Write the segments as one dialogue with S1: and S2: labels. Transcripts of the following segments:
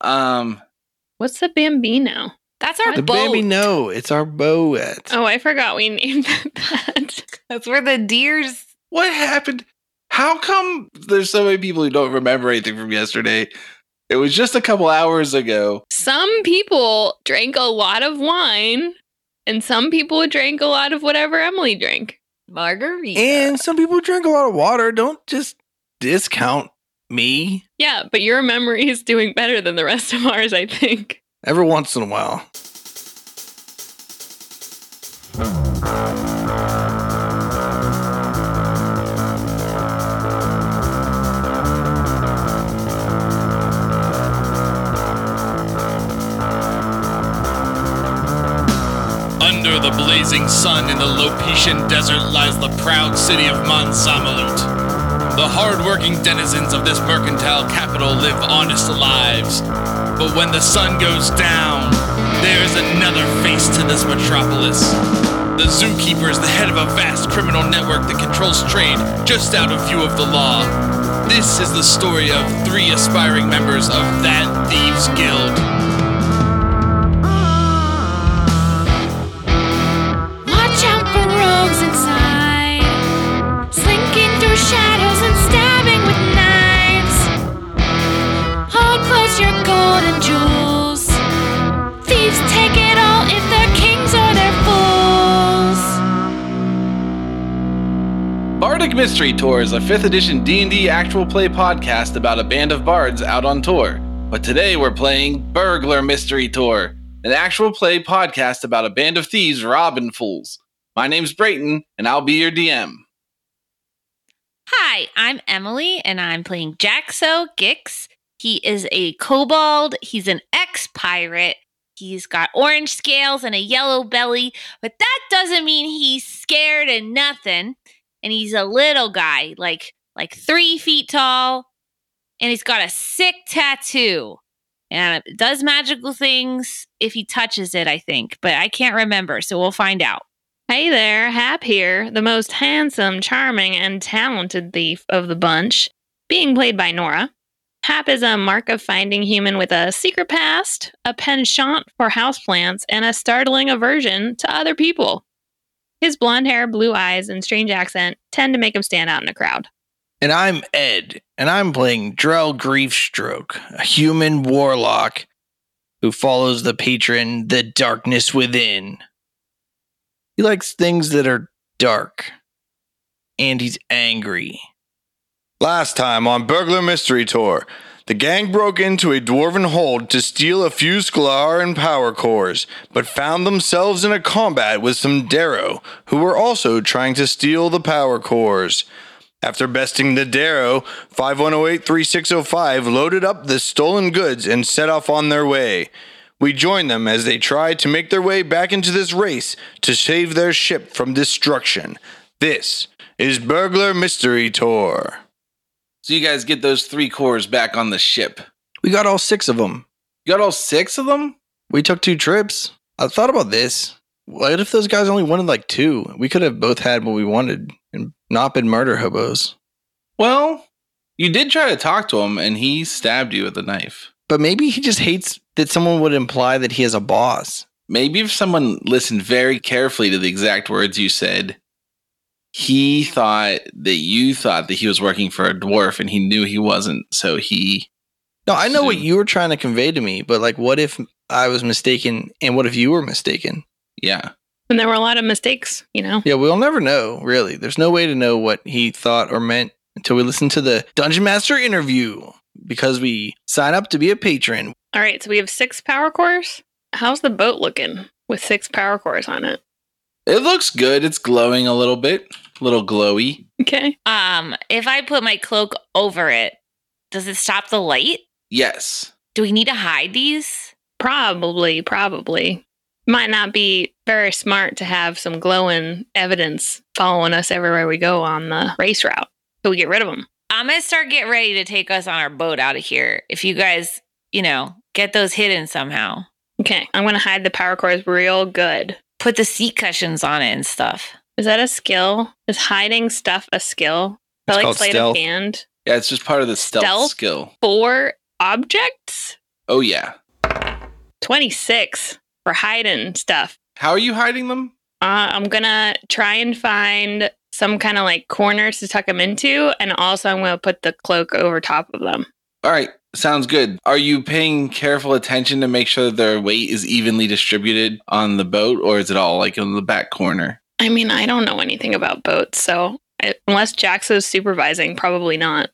S1: Um,
S2: What's the Bambino? That's our
S1: the
S2: boat.
S1: Bambi, no, it's our boat.
S2: Oh, I forgot we named it that.
S3: That's where the deers.
S1: What happened? How come there's so many people who don't remember anything from yesterday? It was just a couple hours ago.
S2: some people drank a lot of wine, and some people drank a lot of whatever Emily drank.
S3: Margarita.
S1: And some people drink a lot of water. Don't just discount me
S2: Yeah, but your memory is doing better than the rest of ours, I think.
S1: every once in a while.
S4: Under the blazing sun in the Lopetian desert lies the proud city of Mansamalut. The hard-working denizens of this mercantile capital live honest lives. But when the sun goes down, there is another face to this metropolis. The zookeeper is the head of a vast criminal network that controls trade just out of view of the law. This is the story of three aspiring members of that thieves' guild.
S5: Watch out for rogues inside, slinking through shadows and stabbing with knives. Hold close your gold and jewels. Thieves take it all if they're kings or they're fools.
S1: Bardic Mystery Tour is a 5th edition D&D actual play podcast about a band of bards out on tour. But today we're playing Burglar Mystery Tour, an actual play podcast about a band of thieves robbing fools. My name's Brayton, and I'll be your DM.
S3: Hi, I'm Emily, and I'm playing Jaxo Gix. He is a kobold. He's an ex pirate. He's got orange scales and a yellow belly, but that doesn't mean he's scared of nothing. And he's a little guy, like like three feet tall, and he's got a sick tattoo. And it does magical things if he touches it, I think, but I can't remember, so we'll find out.
S2: Hey there, Hap here, the most handsome, charming, and talented thief of the bunch, being played by Nora. Hap is a mark of finding human with a secret past, a penchant for houseplants, and a startling aversion to other people. His blonde hair, blue eyes, and strange accent tend to make him stand out in a crowd.
S1: And I'm Ed, and I'm playing Drell Griefstroke, a human warlock who follows the patron, the darkness within. He likes things that are dark, and he's angry.
S6: Last time on Burglar Mystery Tour, the gang broke into a dwarven hold to steal a few Sklar and power cores, but found themselves in a combat with some Darrow, who were also trying to steal the power cores. After besting the Darrow, 5108-3605 loaded up the stolen goods and set off on their way. We join them as they try to make their way back into this race to save their ship from destruction. This is Burglar Mystery Tour.
S1: So you guys get those three cores back on the ship. We got all six of them. You got all six of them? We took two trips. I thought about this. What if those guys only wanted like two? We could have both had what we wanted and not been murder hobos. Well, you did try to talk to him and he stabbed you with a knife. But maybe he just hates that someone would imply that he has a boss. Maybe if someone listened very carefully to the exact words you said, he thought that you thought that he was working for a dwarf and he knew he wasn't so he no i know what you were trying to convey to me but like what if i was mistaken and what if you were mistaken yeah
S2: And there were a lot of mistakes, you know?
S7: Yeah, we'll never know, really. There's no way to know what he thought or meant until we listen to the Dungeon Master interview because we sign up to be a patron.
S2: All right, so we have six power cores. How's the boat looking with six power cores on it?
S1: it looks good it's glowing a little bit a little glowy
S2: Okay.
S3: Um, if I put my cloak over it, does it stop the light?
S1: yes
S3: Do we need to hide these?
S2: Probably, probably. Might not be very smart to have some glowing evidence following us everywhere we go on the race route. So we get rid of them.
S3: I'm gonna start getting ready to take us on our boat out of here. If you guys, you know, get those hidden somehow,
S2: Okay. I'm going to hide the power cores real good.
S3: put the seat cushions on it and stuff.
S2: Is that a skill? Is hiding stuff a skill? Is that
S7: It's called
S2: sleight
S7: stealth.
S2: of hand
S1: yeah it's just part of the stealth,
S2: Stealth?
S1: skill
S2: for objects?
S1: Oh, yeah.
S2: 26 for hiding stuff.
S1: How are you hiding them?
S2: Uh, I'm going to try and find some kind of like corners to tuck them into. And also, I'm going to put the cloak over top of them.
S1: All right. Sounds good. Are you paying careful attention to make sure that their weight is evenly distributed on the boat, or is it all like in the back corner?
S2: I mean, I don't know anything about boats. So I, unless Jaxo's supervising, probably not.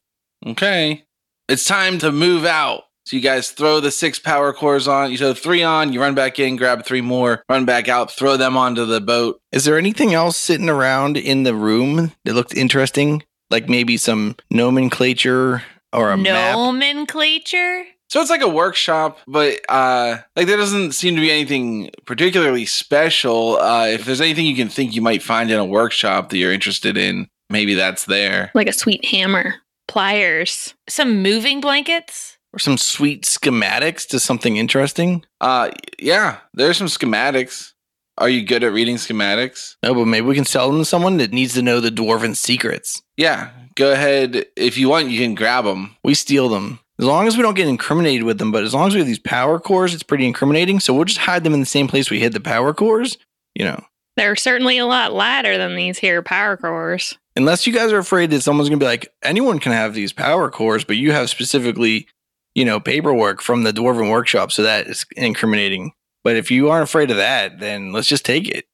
S1: Okay. It's time to move out. So you guys throw the six power cores on. You throw three on, you run back in, grab three more, run back out, throw them onto the boat.
S7: Is there anything else sitting around in the room that looked interesting? Like maybe some nomenclature or a map?
S3: Nomenclature?
S1: So it's like a workshop, but uh like there doesn't seem to be anything particularly special. Uh if there's anything you can think you might find in a workshop that you're interested in, maybe that's there.
S2: Like a sweet hammer, pliers.
S3: Some moving blankets?
S7: Or some sweet schematics to something interesting?
S1: Uh yeah, there's some schematics. Are you good at reading schematics?
S7: No, but maybe we can sell them to someone that needs to know the dwarven secrets.
S1: Yeah, go ahead. If you want, you can grab them.
S7: We steal them. As long as we don't get incriminated with them, but as long as we have these power cores, it's pretty incriminating. So we'll just hide them in the same place we hid the power cores, you know.
S2: They're certainly a lot lighter than these here power cores.
S7: Unless you guys are afraid that someone's going to be like, anyone can have these power cores, but you have specifically, you know, paperwork from the Dwarven Workshop. So that is incriminating. But if you aren't afraid of that, then let's just take it.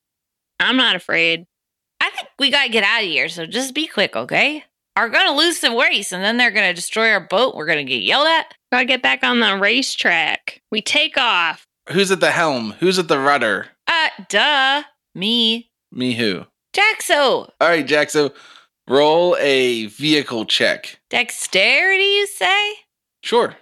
S2: I'm not afraid.
S3: I think we gotta get out of here, so just be quick, okay? Are gonna lose some race, and then they're gonna destroy our boat. We're gonna get yelled at.
S2: Gotta get back on the racetrack. We take off.
S1: Who's at the helm? Who's at the rudder?
S3: Uh, duh. Me.
S1: Me who?
S3: Jaxo.
S1: All right, Jack. So roll a vehicle check.
S3: Dexterity, you say?
S1: Sure.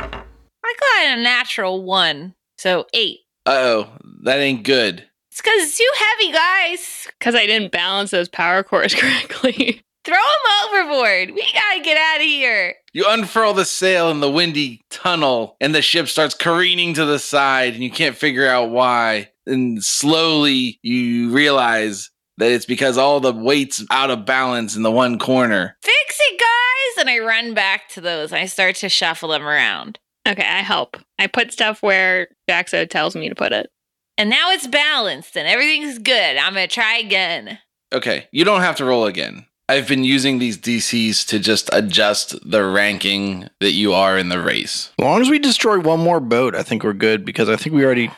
S3: I got a natural one, so eight.
S1: Uh oh, that ain't good.
S3: It's because it's too heavy, guys.
S2: Because I didn't balance those power cores correctly.
S3: Throw them overboard. We gotta get out of here.
S1: You unfurl the sail in the windy tunnel, and the ship starts careening to the side, and you can't figure out why. And slowly you realize that it's because all the weight's out of balance in the one corner.
S3: Fix it, guys. And I run back to those. I start to shuffle them around.
S2: okay, I help. I put stuff where Jaxo tells me to put it.
S3: And now it's balanced and everything's good. I'm gonna try again.
S1: Okay, you don't have to roll again. I've been using these DCs to just adjust the ranking that you are in the race.
S7: As long as we destroy one more boat, I think we're good because I think we already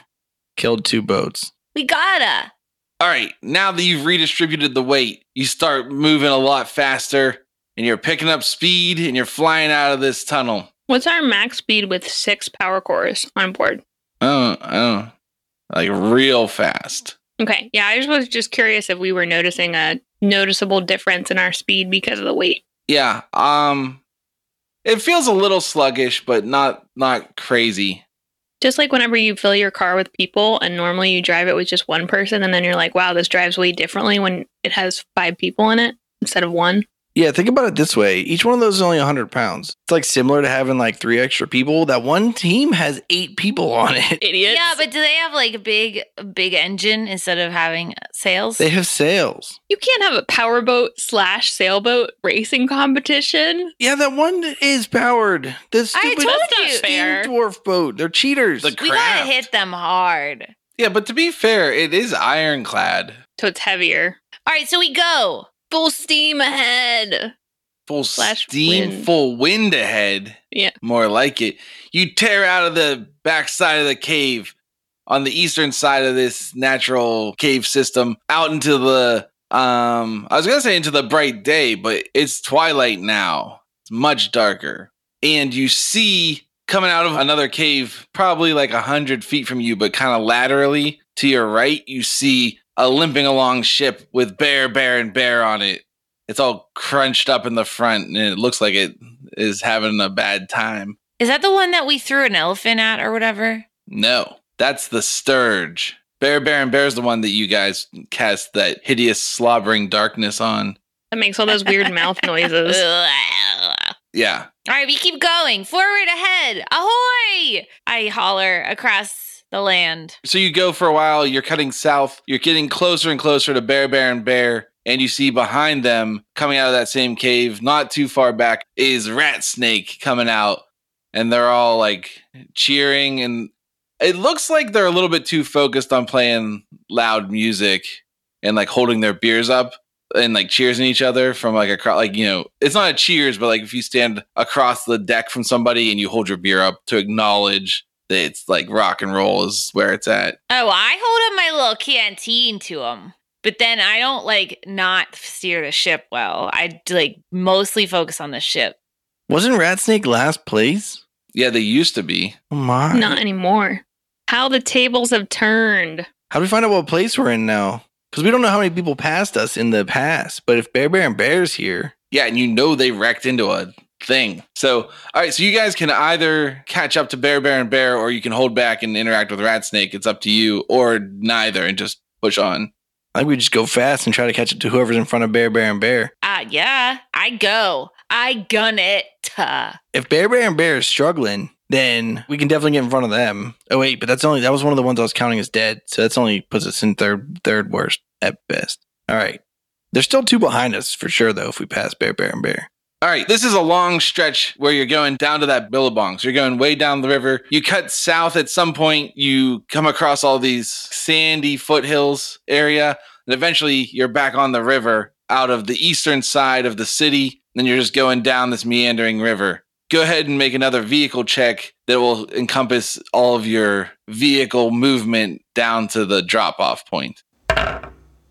S7: killed two boats.
S3: We gotta.
S1: All right, now that you've redistributed the weight, you start moving a lot faster and you're picking up speed and you're flying out of this tunnel.
S2: What's our max speed with six power cores on board?
S1: Oh, oh, like real fast.
S2: Okay, yeah, I just was just curious if we were noticing a noticeable difference in our speed because of the weight.
S1: Yeah. Um, it feels a little sluggish, but not not crazy.
S2: Just like whenever you fill your car with people and normally you drive it with just one person, and then you're like, wow, this drives way differently when it has five people in it instead of one.
S7: Yeah, think about it this way. Each one of those is only 100 pounds. It's like similar to having like three extra people. That one team has eight people on it.
S2: Idiots.
S3: Yeah, but do they have like a big, a big engine instead of having sails?
S7: They have sails.
S2: You can't have a powerboat slash sailboat racing competition.
S7: Yeah, that one is powered. The
S3: I
S7: stupid
S3: told
S2: not
S3: you.
S2: fair.
S7: steam dwarf boat. They're cheaters.
S1: The-
S3: We gotta
S1: Craft.
S3: hit them hard.
S1: Yeah, but to be fair, it is ironclad.
S2: So it's heavier.
S3: All right, so we go.
S2: Full steam ahead.
S1: Full
S2: Slash
S1: steam,
S2: wind.
S1: full wind ahead.
S2: Yeah.
S1: More like it. You tear out of the backside of the cave on the eastern side of this natural cave system out into the um I was going to say into the bright day, but it's twilight now. It's much darker. And you see coming out of another cave, probably like a hundred feet from you, but kind of laterally to your right, you see a limping along ship with bear, bear, and bear on it it's all crunched up in the front and it looks like it is having a bad time.
S3: Is that the one that we threw an elephant at or whatever?
S1: No, that's the Sturge. Bear Baron Bear's the one that you guys cast that hideous slobbering darkness on.
S2: That makes all those weird mouth noises.
S3: All
S1: Yeah.
S3: right, we keep going. Forward ahead. Ahoy! I holler across the land.
S1: So you go for a while, you're cutting south, you're getting closer and closer to Bear Baron Bear, and you see behind them, coming out of that same cave, not too far back, is Rat Snake coming out and they're all like cheering and it looks like they're a little bit too focused on playing loud music and like holding their beers up and like cheers in each other from like across like you know it's not a cheers but like if you stand across the deck from somebody and you hold your beer up to acknowledge that it's like rock and roll is where it's at
S3: Oh, I hold up my little canteen to them, but then I don't like not steer the ship well. I like mostly focus on the ship.
S7: Wasn't Rat Snake last place?
S1: yeah they used to be
S7: Oh my.
S2: Not anymore. How the tables have turned.
S7: How do we find out what place we're in now? Because we don't know how many people passed us in the past. But if Bear Bear and Bear's here,
S1: Yeah, and you know they wrecked into a thing. So, all right, so you guys can either catch up to Bear, Bear, and Bear, or you can hold back and interact with Rat Snake. It's up to you, or neither, and just push on.
S7: I think we just go fast and try to catch up to whoever's in front of Bear Bear and Bear.
S3: Ah, yeah, I go. I gun it. Uh,
S7: If Bear Bear and Bear is struggling, then we can definitely get in front of them. Oh wait, but that's only that was one of the ones I was counting as dead. So that's only puts us in third third worst at best. All right. There's still two behind us for sure though if we pass Bear Bear and Bear.
S1: All right, this is a long stretch where you're going down to that billabong. So you're going way down the river. You cut south at some point, you come across all these sandy foothills area, and eventually you're back on the river out of the eastern side of the city. Then you're just going down this meandering river. Go ahead and make another vehicle check that will encompass all of your vehicle movement down to the drop off point.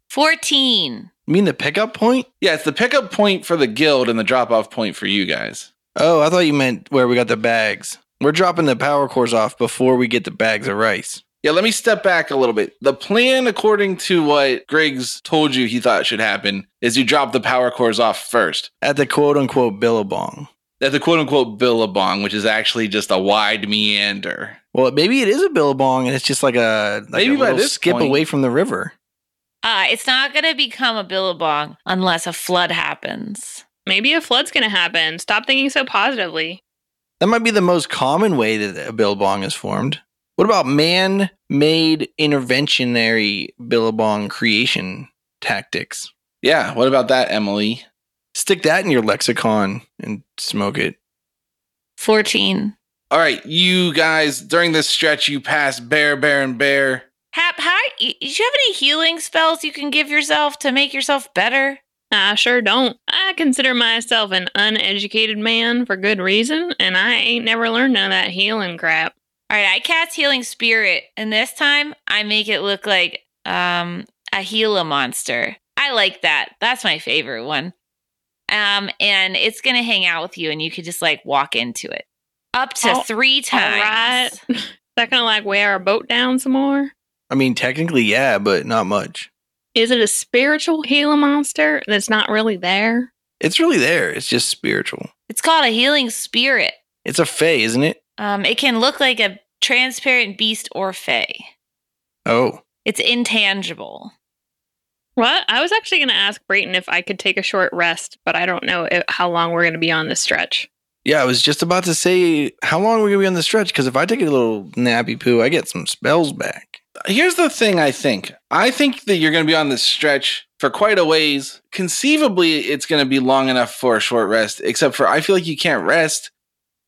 S3: 14.
S7: You mean the pickup point?
S1: Yeah, it's the pickup point for the guild and the drop off point for you guys.
S7: Oh, I thought you meant where we got the bags. We're dropping the power cores off before we get the bags of rice.
S1: Yeah, let me step back a little bit. The plan, according to what Griggs told you he thought should happen, is you drop the power cores off first
S7: At the quote unquote Billabong.
S1: at the quote unquote Billabong, which is actually just a wide meander.
S7: Well, maybe it is a Billabong and it's just like a like
S1: Maybe
S7: a
S1: by
S7: little
S1: this
S7: skip
S1: point-
S7: away from the river.
S3: Uh, it's not going to become a billabong unless a flood happens.
S2: Maybe a flood's going to happen. Stop thinking so positively.
S7: That might be the most common way that a Billabong is formed. What about man made interventionary Billabong creation tactics?
S1: Yeah, what about that, Emily?
S7: Stick that in your lexicon and smoke it.
S3: 14.
S1: All right, you guys, during this stretch, you pass Bear, Bear, and Bear.
S3: Hap, hi. y- Do you have any healing spells you can give yourself to make yourself better?
S2: I sure don't. I consider myself an uneducated man for good reason, and I ain't never learned none of that healing crap.
S3: All right, I cast healing spirit, and this time I make it look like um a Gila monster. I like that. That's my favorite one. Um, and it's gonna hang out with you, and you could just like walk into it up to
S2: Oh, All-
S3: three times.
S2: All right. Is that going to like wear our boat down some more?
S7: I mean, technically, yeah, but not much.
S2: Is it a spiritual Gila monster that's not really there?
S7: It's really there. It's just spiritual.
S3: It's called a healing spirit.
S7: It's a fae, isn't it?
S3: Um, it can look like a transparent beast or fey.
S7: Oh,
S3: It's intangible.
S2: What? I was actually going to ask Brayton if I could take a short rest, but I don't know i how long we're going to be on this stretch.
S7: yeah. I was just about to say, how long are we gonna be on the stretch? Because if I take a little nappy poo, I get some spells back.
S1: Here's the thing I think. I think that you're going to be on this stretch for quite a ways. Conceivably, it's going to be long enough for a short rest, except for I feel like you can't rest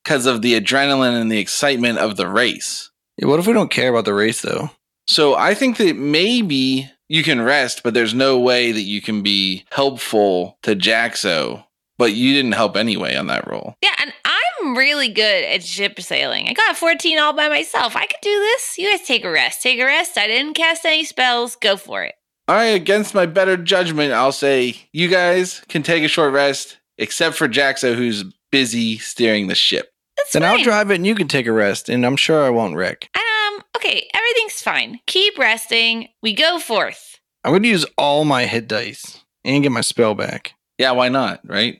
S1: because of the adrenaline and the excitement of the race.
S7: Yeah, What if we don't care about the race though?
S1: So I think that maybe you can rest, but there's no way that you can be helpful to Jaxo. But you didn't help anyway on that roll.
S3: Yeah, and I'm really good at ship sailing. I got 14 all by myself. I could do this. You guys take a rest. Take a rest. I didn't cast any spells. Go for it.
S1: All right, against my better judgment, I'll say you guys can take a short rest, except for Jaxo, who's busy steering the ship.
S3: That's
S7: then
S3: fine.
S7: I'll drive it and you can take a rest, and I'm sure I won't wreck.
S3: Um, okay, everything's fine. Keep resting. We go forth.
S7: I'm going to use all my hit dice and get my spell back.
S1: Yeah, why not? Right?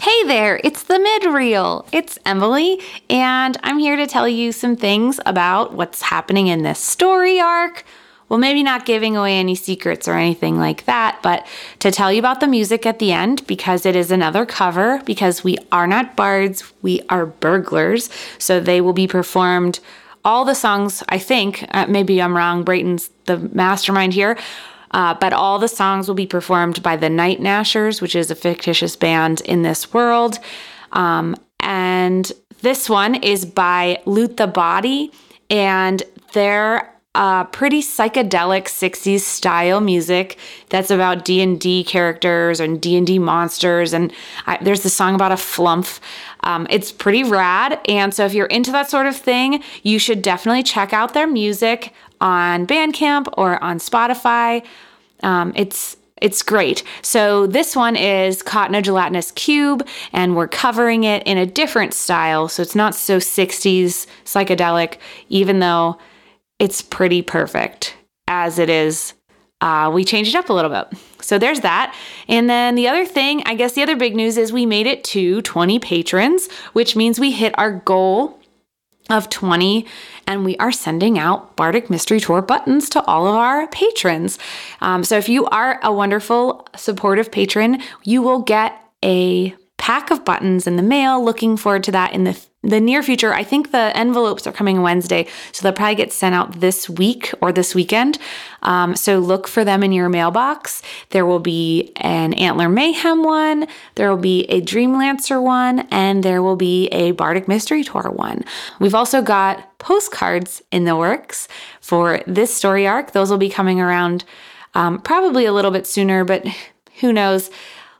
S8: Hey there, it's the mid reel. It's Emily, and I'm here to tell you some things about what's happening in this story arc. Well, maybe not giving away any secrets or anything like that, but to tell you about the music at the end because it is another cover, because we are not bards, we are burglars. So they will be performed all the songs, I think, uh, maybe I'm wrong, Brayton's the mastermind here, uh, but all the songs will be performed by the Night Nashers, which is a fictitious band in this world. Um, and
S9: This one is by Loot the Body, and they're uh, pretty psychedelic 60s style music that's about d&d characters and d&d monsters and I, there's this song about a flumph um, it's pretty rad and so if you're into that sort of thing you should definitely check out their music on bandcamp or on spotify um, it's it's great. So this one is Cotton a Gelatinous Cube, and we're covering it in a different style. So it's not so 60s psychedelic, even though it's pretty perfect as it is. Uh, we changed it up a little bit. So there's that. And then the other thing, I guess the other big news is we made it to 20 patrons, which means we hit our goal of 20 and we are sending out bardic mystery tour buttons to all of our patrons Um, so if you are a wonderful supportive patron you will get a pack of buttons in the mail looking forward to that in the the near future i think the envelopes are coming wednesday so they'll probably get sent out this week or this weekend Um, so look for them in your mailbox there will be an antler mayhem one there will be a dream lancer one and there will be a bardic mystery tour one we've also got postcards in the works for this story arc those will be coming around um, probably a little bit sooner but who knows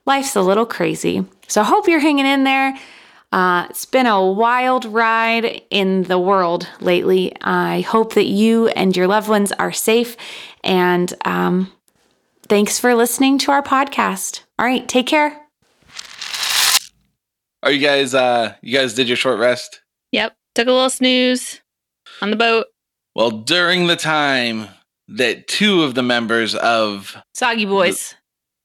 S9: life's a little crazy so I hope you're hanging in there uh, it's been a wild ride in the world lately. I hope that you and your loved ones are safe. And um, thanks for listening to our podcast. All right, take care.
S1: Are you guys? uh You guys did your short rest.
S2: Yep. Took a little snooze on the boat.
S1: Well, during the time that two of the members of
S3: Soggy boys.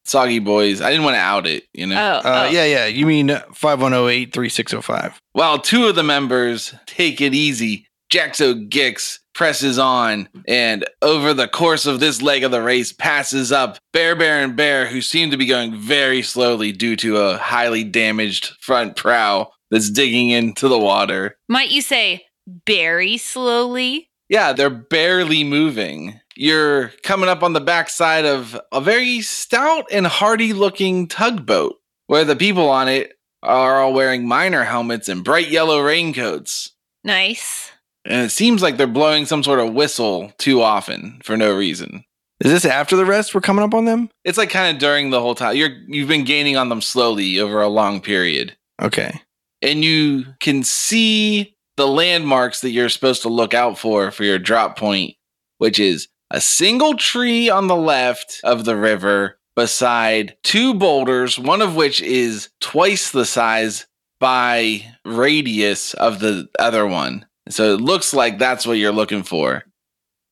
S1: Soggy Boys, I didn't want to out it, you know.
S3: Oh,
S7: Uh,
S3: oh.
S7: Yeah, yeah. You mean 5108 3605.
S1: While two of the members take it easy, Jaxo Gix presses on and over the course of this leg of the race passes up Bear Bear and Bear, who seem to be going very slowly due to a highly damaged front prow that's digging into the water.
S3: Might you say very slowly?
S1: Yeah, they're barely moving. You're coming up on the backside of a very stout and hardy looking tugboat where the people on it are all wearing miner helmets and bright yellow raincoats.
S3: Nice.
S1: And it seems like they're blowing some sort of whistle too often for no reason.
S7: Is this after the rest? We're coming up on them?
S1: It's like kind of during the whole time. You're you've been gaining on them slowly over a long period.
S7: Okay.
S1: And you can see the landmarks that you're supposed to look out for for your drop point, which is a single tree on the left of the river beside two boulders, one of which is twice the size by radius of the other one. So it looks like that's what you're looking for.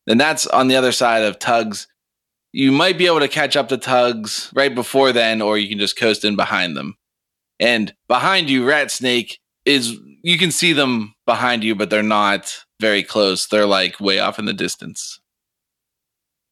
S1: And that's on the other side of Tugs. You might be able to catch up to Tugs right before then, or you can just coast in behind them. And behind you, Rat Snake is, you can see them behind you, but they're not very close. They're like way off in the distance.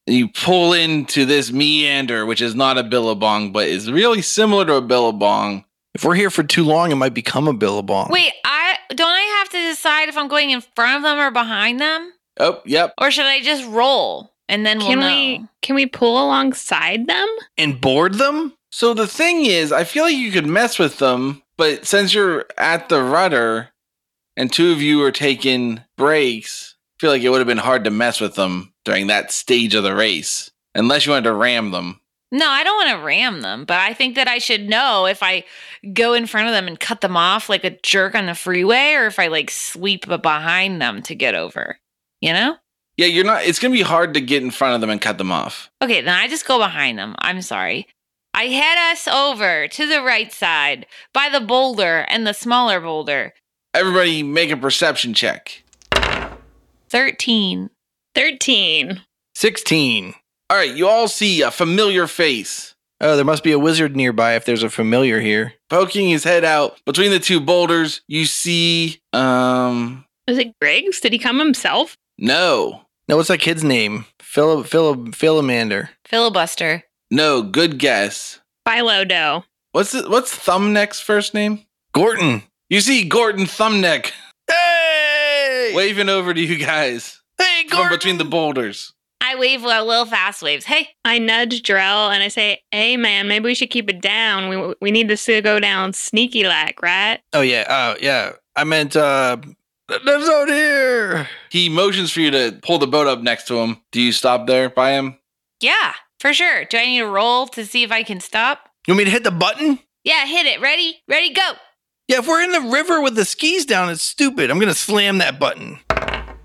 S1: And you pull into this meander, which is not a billabong, but is really similar to a billabong.
S7: If we're here for too long, it might become a billabong.
S3: Wait, I don't I have to decide if I'm going in front of them or behind them?
S1: Oh, yep.
S3: Or should I just roll and then
S2: Can
S3: we'll
S2: we
S3: know?
S2: can we pull alongside them?
S7: And board them?
S1: So the thing is, I feel like you could mess with them, but since you're at the rudder and two of you are taking breaks, I feel like it would have been hard to mess with them during that stage of the race, unless you wanted to ram them.
S3: No, I don't want to ram them, but I think that I should know if I go in front of them and cut them off like a jerk on the freeway or if I like sweep behind them to get over. You know?
S1: Yeah, you're not. It's gonna be hard to get in front of them and cut them off.
S3: Okay, then I just go behind them. I'm sorry. I head us over to the right side by the boulder and the smaller boulder.
S1: Everybody, make a perception check.
S3: 13.
S2: 13.
S7: 16.
S1: All right, you all see a familiar face
S7: Oh, there must be a wizard nearby if there's a familiar here.
S1: poking his head out between the two boulders. You see, um,
S2: Was it Griggs? Did he come himself?
S1: no,
S7: No, what's that kid's name? Philip, Philip, Philomander.
S3: Filibuster.
S1: no. Good guess.
S2: Philo Doe.
S1: What's it, what's Thumbneck's first name?
S7: Gorton.
S1: You see Gordon Thumbneck
S7: Hey!
S1: waving over to you guys
S7: hey,
S1: from between the boulders.
S3: I wave a little fast waves. Hey,
S2: I nudge Drell and I say, "Hey man, maybe we should keep it down. We we need this to go down sneaky like, right?"
S7: Oh yeah, uh, yeah. I meant, uh, there's out here.
S1: He motions for you to pull the boat up next to him. Do you stop there by him?
S3: Yeah, for sure. Do I need to roll to see if I can stop?
S7: You want me to hit the button?
S3: Yeah, hit it. Ready? Ready, go.
S7: Yeah, if we're in the river with the skis down, it's stupid. I'm gonna slam that button.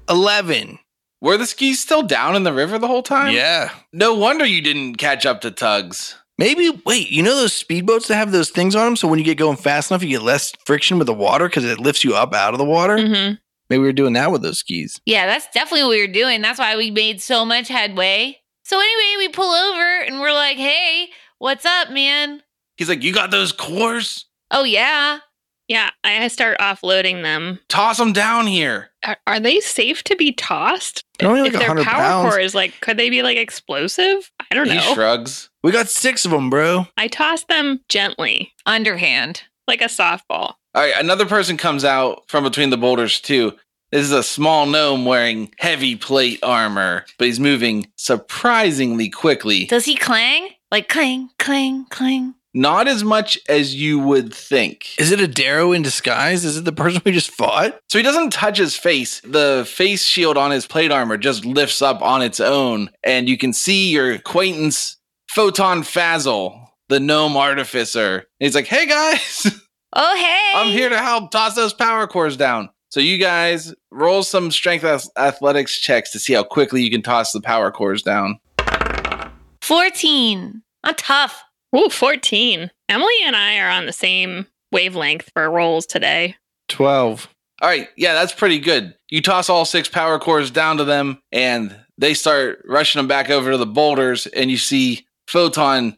S7: Eleven.
S1: Were the skis still down in the river the whole time?
S7: Yeah.
S1: No wonder you didn't catch up to Tugs.
S7: Maybe wait. You know those speedboats that have those things on them, so when you get going fast enough, you get less friction with the water because it lifts you up out of the water.
S2: Mm-hmm.
S7: Maybe we were doing that with those skis.
S3: Yeah, that's definitely what we were doing. That's why we made so much headway. So anyway, we pull over and we're like, "Hey, what's up, man?
S1: He's like, You got those cores?
S3: Oh yeah,
S2: Yeah, I I start offloading them.
S1: Toss them down here.
S2: Are, are they safe to be tossed?
S7: They're only
S2: If
S7: like a
S2: their
S7: hundred
S2: power
S7: pounds.
S2: core is like, could they be like explosive? I don't
S1: He
S2: know.
S1: shrugs.
S7: We got six of them, bro.
S2: I toss them gently,
S3: underhand."
S2: like a softball.
S1: All right, another person comes out from between the boulders, too. This is a small gnome wearing heavy plate armor, but he's moving surprisingly quickly.
S3: Does he clang? Like clang, clang, clang.
S1: Not as much as you would think.
S7: Is it a Darrow in disguise? Is it the person we just fought?
S1: So he doesn't touch his face. The face shield on his plate armor just lifts up on its own, and you can see your acquaintance, Photon Fazzle, the gnome artificer. And he's like, hey guys,
S3: Oh hey,
S1: I'm here to help toss those power cores down. So you guys roll some strength ath- athletics checks to see how quickly you can toss the power cores down.
S3: Fourteen. I'm tough.
S2: Ooh, 14. Emily and I are on the same wavelength for rolls today.
S7: Twelve.
S1: All right, yeah, that's pretty good. You toss all six power cores down to them, and they start rushing them back over to the boulders. And you see Photon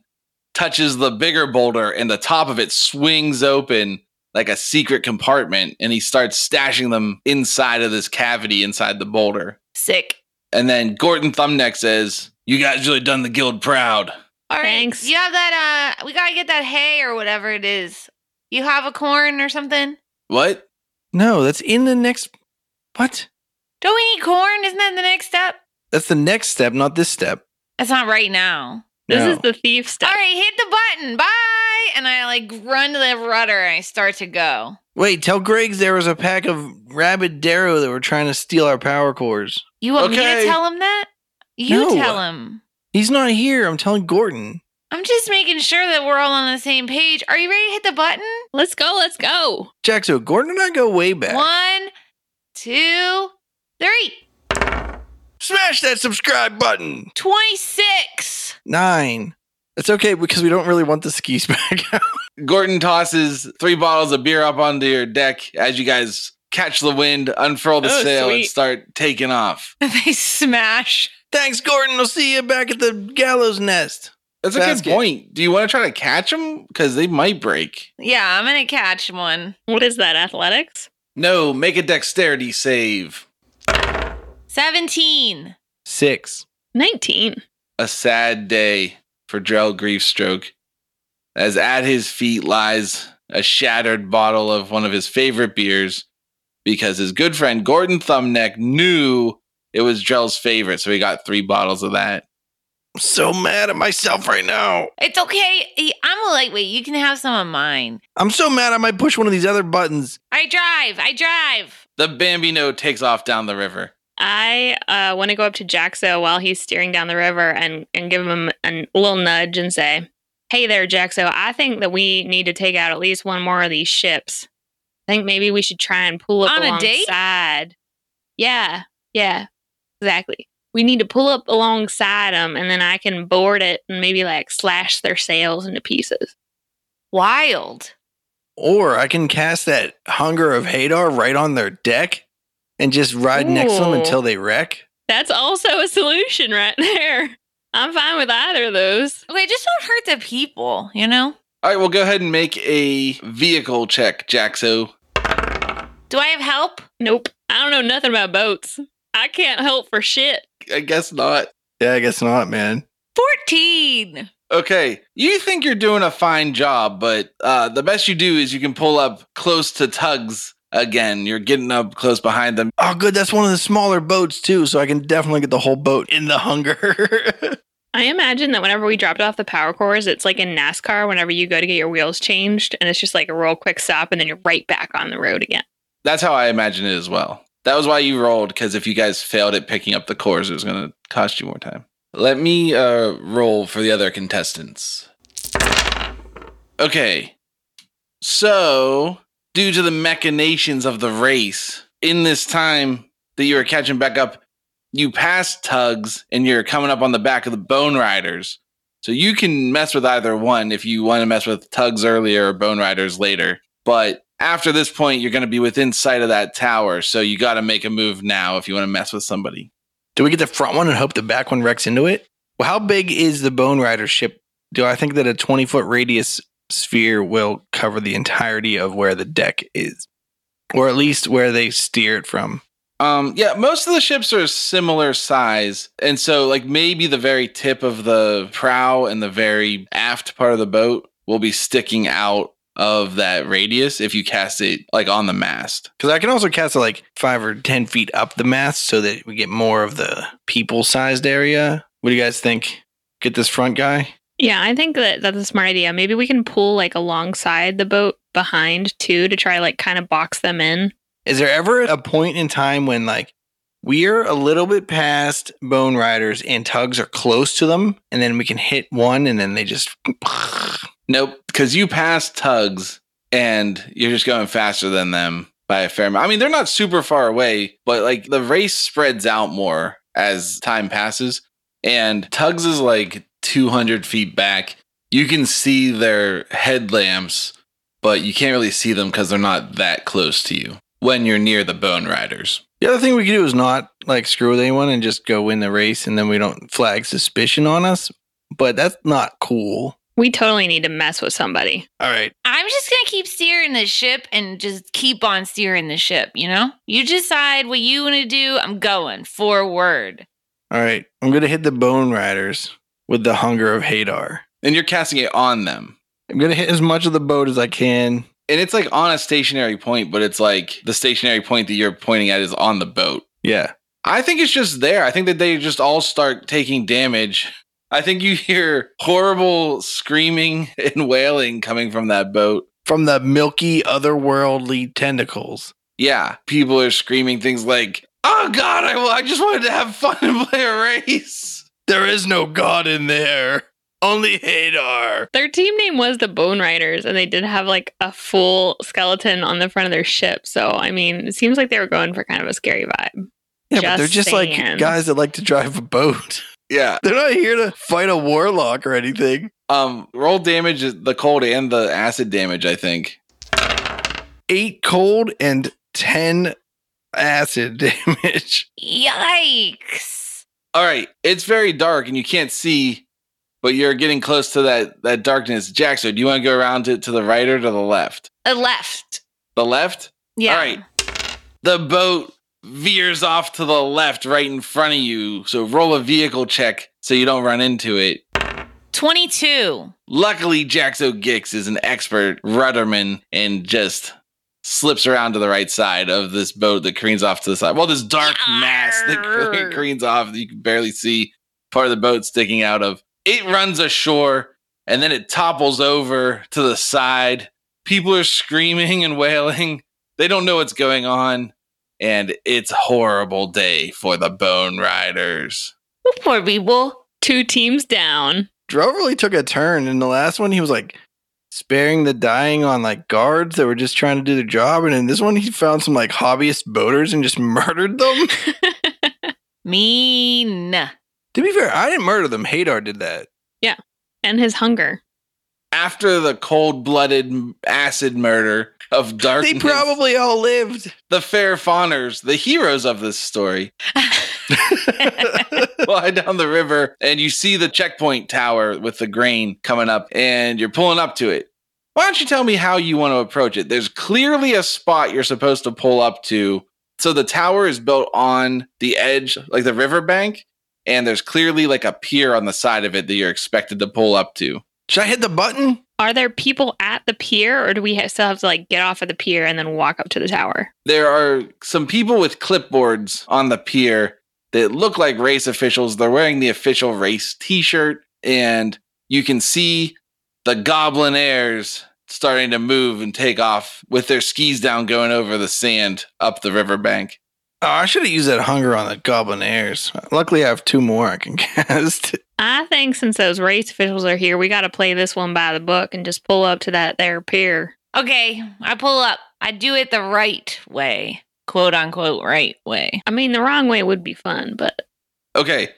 S1: touches the bigger boulder, and the top of it swings open like a secret compartment. And he starts stashing them inside of this cavity inside the boulder.
S3: Sick.
S1: And then Gordon Thumbneck says, You guys really done the guild proud.
S3: All right.
S2: Thanks.
S3: You have that. Uh, we gotta get that hay or whatever it is. You have a corn or something?
S1: What?
S7: No, that's in the next. What?
S3: Don't we need corn? Isn't that the next step?
S7: That's the next step, not this step.
S3: That's not right now.
S2: This
S7: No.
S2: is the thief
S3: All
S2: stuff.
S3: right, hit the button. Bye. And I like run to the rudder and I start to go.
S7: Wait, tell Griggs there was a pack of rabid Darrow that were trying to steal our power cores.
S3: You want me to
S1: Okay.
S3: tell him that? You
S7: No.
S3: tell him.
S7: He's not here. I'm telling Gordon.
S3: I'm just making sure that we're all on the same page. Are you ready to hit the button?
S2: Let's go, let's go.
S7: Jack, so Gordon and I go way back.
S3: One, two, three.
S7: Smash that subscribe button.
S3: 26.
S7: Nine. It's okay because we don't really want the skis back out.
S1: Gordon tosses three bottles of beer up onto your deck as you guys catch the wind, unfurl the
S2: Oh,
S1: sail, and
S2: sweet.
S1: start taking off.
S3: they smash.
S7: Thanks, Gordon. I'll see you back at the gallows nest.
S1: That's a
S7: basket.
S1: good point. Do you want to try to catch them? Because they might break.
S3: Yeah, I'm going to catch one.
S2: What is that, athletics?
S1: No, make a dexterity save.
S3: 17.
S7: Six.
S2: 19.
S1: A sad day for Drell Griefstroke, as at his feet lies a shattered bottle of one of his favorite beers, because his good friend Gordon Thumbneck knew it was Drell's favorite, so he got three bottles of that.
S7: I'm so mad at myself right now.
S3: It's okay. I'm a lightweight. You can have some of mine.
S7: I'm so mad I might push one of these other buttons.
S3: I drive. I drive.
S1: The Bambino takes off down the river.
S2: I uh, want to go up to Jaxo while he's steering down the river and, and give him a little nudge and say, Hey there, Jaxo, I think that we need to take out at least one more of these ships. I think maybe we should try and pull up
S3: On a date?
S2: alongside. Yeah, yeah, exactly. We need to pull up alongside them and then I can board it and maybe like slash their sails into pieces.
S3: Wild.
S7: Or I can cast that Hunger of Hadar right on their deck and just ride next to them
S2: Ooh.
S7: until they wreck.
S2: That's also a solution right there. I'm fine with either of those.
S3: Okay, just don't hurt the people, you know?
S1: All right, well, go ahead and make a vehicle check, Jaxo.
S3: Do I have help?
S2: Nope. I don't know nothing about boats. I can't help for shit.
S1: I guess not.
S7: Yeah, I guess not, man.
S3: 14.
S1: Okay, you think you're doing a fine job, but uh, the best you do is you can pull up close to tugs again. You're getting up close behind them.
S7: Oh, good. That's one of the smaller boats, too. So I can definitely get the whole boat in the hunger.
S2: I imagine that whenever we dropped off the power cores, it's like in NASCAR whenever you go to get your wheels changed and it's just like a real quick stop and then you're right back on the road again.
S1: That's how I imagine it as well. That was why you rolled, because if you guys failed at picking up the cores, it was going to cost you more time. Let me uh, roll for the other contestants. Okay. So, due to the machinations of the race, in this time that you were catching back up, you passed tugs and you're coming up on the back of the Bone Riders. So, you can mess with either one if you want to mess with tugs earlier or Bone Riders later. But after this point, you're going to be within sight of that tower. So, you got to make a move now if you want to mess with somebody.
S7: Do we get the front one and hope the back one wrecks into it? Well, how big is the Bone Rider ship? Do I think that a 20 foot radius sphere will cover the entirety of where the deck is? Or at least where they steer it from?
S1: Um, yeah, most of the ships are similar size, and so like maybe the very tip of the prow and the very aft part of the boat will be sticking out of that radius if you cast it like on the mast.
S7: Because I can also cast it like five or 10 feet up the mast so that we get more of the people sized area. What do you guys think? Get this front guy?
S2: Yeah, I think that that's a smart idea. Maybe we can pull like alongside the boat behind too to try like kind of box them in.
S7: Is there ever a point in time when like we're a little bit past bone riders and tugs are close to them and then we can hit one and then they just
S1: Nope, because you pass tugs and you're just going faster than them by a fair amount. I mean, they're not super far away, but like the race spreads out more as time passes. And tugs is like 200 feet back. You can see their headlamps, but you can't really see them because they're not that close to you when you're near the bone riders.
S7: The other thing we could do is not like screw with anyone and just go win the race and then we don't flag suspicion on us. But that's not cool.
S2: We totally need to mess with somebody.
S7: All right.
S3: I'm just gonna keep steering the ship and just keep on steering the ship, you know? You decide what you wanna do, I'm going forward.
S7: All right. I'm going to hit the bone riders with the hunger of Hadar.
S1: And you're casting it on them.
S7: I'm going to hit as much of the boat as I can.
S1: And it's like on a stationary point, but it's like the stationary point that you're pointing at is on the boat.
S7: Yeah.
S1: I think it's just there. I think that they just all start taking damage. I think you hear horrible screaming and wailing coming from that boat.
S7: From the milky otherworldly tentacles.
S1: Yeah, people are screaming things like, Oh God, I, I just wanted to have fun and play a race.
S7: There is no god in there. Only Hadar.
S2: Their team name was the Bone Riders, and they did have like a full skeleton on the front of their ship. So, I mean, it seems like they were going for kind of a scary vibe.
S7: Yeah, but they're just
S2: saying.
S7: like guys that like to drive a boat.
S1: Yeah.
S7: They're not here to fight a warlock or anything.
S1: Um, roll damage is the cold and the acid damage, I think.
S7: Eight cold and ten acid damage.
S3: Yikes.
S1: All right, it's very dark and you can't see, but you're getting close to that that darkness. Jack, so do you want to go around to, to the right or to the left?
S3: A left.
S1: The left?
S3: Yeah.
S1: All right. The boat veers off to the left right in front of you. So roll a vehicle check so you don't run into it.
S3: 22.
S1: Luckily, Jaxo Gix is an expert rudderman and just slips around to the right side of this boat that careens off to the side. Well, this dark mass that
S3: Yarr.
S1: careens off that you can barely see part of the boat sticking out of. It runs ashore and then it topples over to the side. People are screaming and wailing. They don't know what's going on. And it's a horrible day for the Bone Riders.
S3: Poor people.
S2: Two teams down.
S7: Drove really took a turn in the last one. He was like sparing the dying on like guards that were just trying to do their job, and in this one he found some like hobbyist boaters and just murdered them.
S3: Mean.
S7: to be fair, I didn't murder them. Hadar did that.
S2: and his hunger.
S1: After the cold blooded acid murder of darkness.
S7: They probably all lived.
S1: the fair fawners, the heroes of this story, fly down the river and you see the checkpoint tower with the grain coming up and you're pulling up to it. Why don't you tell me how you want to approach it? There's clearly a spot you're supposed to pull up to. So the tower is built on the edge, like the riverbank, and there's clearly like a pier on the side of it that you're expected to pull up to.
S7: Should I hit the button?
S2: Are there people at the pier, or do we ha- still have to like get off of the pier and then walk up to the tower?
S1: there are some people with clipboards on the pier that look like race officials. They're wearing the official race t shirt, and you can see the goblin airs starting to move and take off with their skis down, going over the sand up the riverbank.
S7: Oh, I should have used that hunger on the goblin airs. Luckily, I have two more I can cast.
S2: I think since those race officials are here, we got to play this one by the book and just pull up to that there pier.
S3: Okay, I pull up. I do it the right way, quote unquote, right way.
S2: I mean, the wrong way would be fun, but
S1: Okay.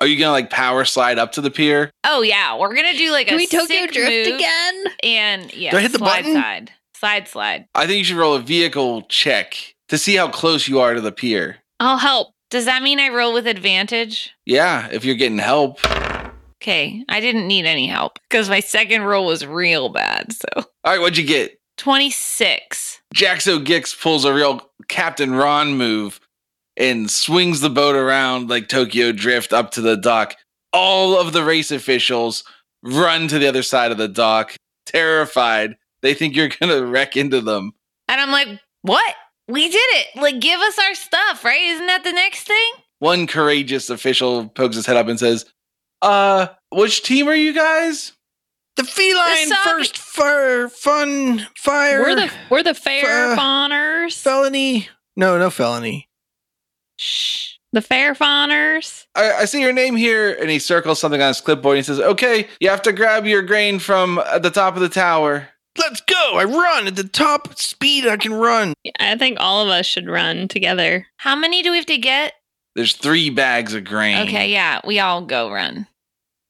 S1: Are you gonna like power slide up to the pier?
S3: Oh yeah, we're gonna do like
S2: can
S3: a
S2: we Tokyo
S3: sick
S2: drift
S3: move
S2: again?
S3: and yeah,
S7: Do I hit the
S3: slide,
S7: button?
S3: slide, slide, slide.
S1: I think you should roll a vehicle check to see how close you are to the pier.
S2: I'll help.
S3: Does that mean I roll with advantage?
S1: Yeah, if you're getting help.
S3: Okay, I didn't need any help because my second roll was real bad. So
S1: All right, what'd you get?
S3: twenty six.
S1: Jaxo Gix pulls a real Captain Ron move and swings the boat around like Tokyo Drift up to the dock. All of the race officials run to the other side of the dock, terrified. They think you're going to wreck into them.
S3: And I'm like, what? We did it. Like, give us our stuff, right? Isn't that the next thing?
S1: One courageous official pokes his head up and says, Uh, which team are you guys?
S7: The feline
S3: The sub-
S7: first fur fun fire
S2: We're the we're the fair
S7: Uh,
S2: fawners.
S7: felony. No, no felony.
S3: Shh.
S2: The fair fawners.
S1: I, I see your name here. And he circles something on his clipboard and he says, Okay, you have to grab your grain from uh, the top of the tower.
S7: Let's go! I run at the top speed I can run.
S2: I think all of us should run together.
S3: How many do we have to get?
S1: There's three bags of grain.
S3: Okay, yeah, we all go run.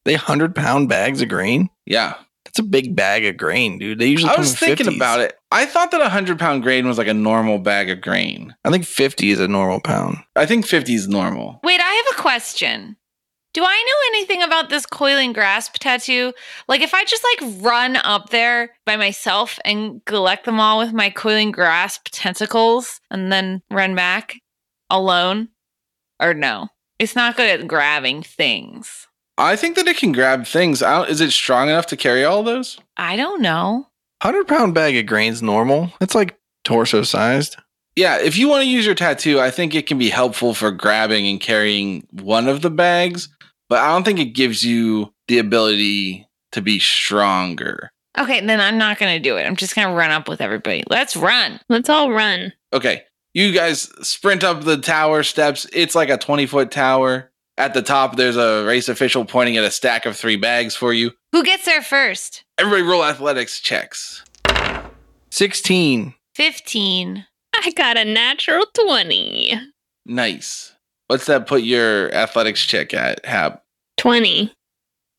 S7: They hundred pound bags of grain.
S1: Yeah.
S7: That's a big bag of grain, dude. They usually.
S1: I was thinking about it. I thought that a hundred pound grain was like a normal bag of grain.
S7: I think fifty is a normal pound.
S1: I think fifty is normal.
S3: Wait, I have a question. Do I know anything about this coiling grasp tattoo? Like, if I just like run up there by myself and collect them all with my coiling grasp tentacles and then run back alone? Or no? It's not good at grabbing things.
S1: I think that it can grab things. I don't, is it strong enough to carry all those?
S3: I don't know.
S7: Hundred pound bag of grain's normal. That's like torso sized.
S1: Yeah, if you want to use your tattoo, I think it can be helpful for grabbing and carrying one of the bags, but I don't think it gives you the ability to be stronger.
S3: Okay, then I'm not gonna do it. I'm just gonna run up with everybody. Let's run.
S2: Let's all run.
S1: Okay, you guys sprint up the tower steps. It's like a 20 foot tower. At the top, there's a race official pointing at a stack of three bags for you.
S3: Who gets there first?
S1: Everybody roll athletics checks.
S7: Sixteen.
S3: 15.
S2: I got a natural twenty.
S1: Nice. What's that put your athletics check at, Hap?
S2: Twenty.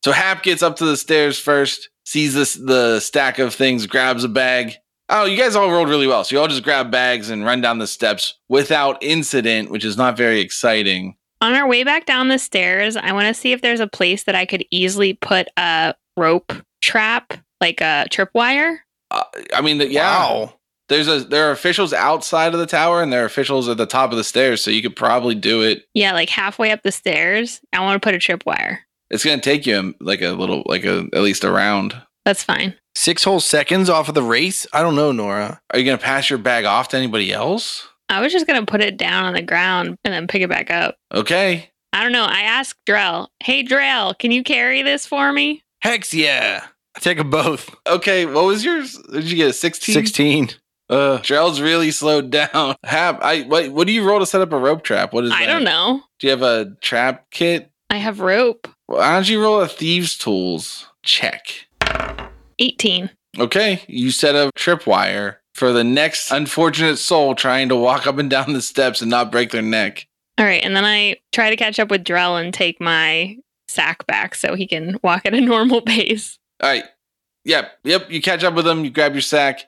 S1: So Hap gets up to the stairs first, sees this the stack of things, grabs a bag. Oh, you guys all rolled really well. So you all just grab bags and run down the steps without incident, which is not very exciting.
S2: On our way back down the stairs, I want to see if there's a place that I could easily put a rope trap, like a tripwire.
S1: I mean, the, yeah,
S7: Wow.
S1: there's a there are officials outside of the tower and there are officials at the top of the stairs, so you could probably do it.
S2: Yeah, like halfway up the stairs. I want to put a tripwire.
S1: It's gonna take you um, like a little, like a at least a round.
S2: That's fine.
S7: Six whole seconds off of the race. I don't know, Nora.
S1: Are you gonna pass your bag off to anybody else?
S2: I was just going to put it down on the ground and then pick it back up.
S1: Okay.
S2: I don't know. I asked Drell, hey, Drell, can you carry this for me?
S7: Hex yeah. I take them both.
S1: Okay. What was yours? Did you get a 16?
S7: Sixteen.
S1: Uh, Drell's really slowed down. Hap, I what, what do you roll to set up a rope trap? What is
S2: I
S1: that?
S2: don't know.
S1: Do you have a trap kit?
S2: I have rope.
S1: Why don't you roll a thieves tools check?
S2: 18.
S1: Okay. You set a tripwire for the next unfortunate soul trying to walk up and down the steps and not break their neck.
S2: All right. And then I try to catch up with Drell and take my sack back so he can walk at a normal pace.
S1: All right. Yep. Yep. You catch up with them. You grab your sack.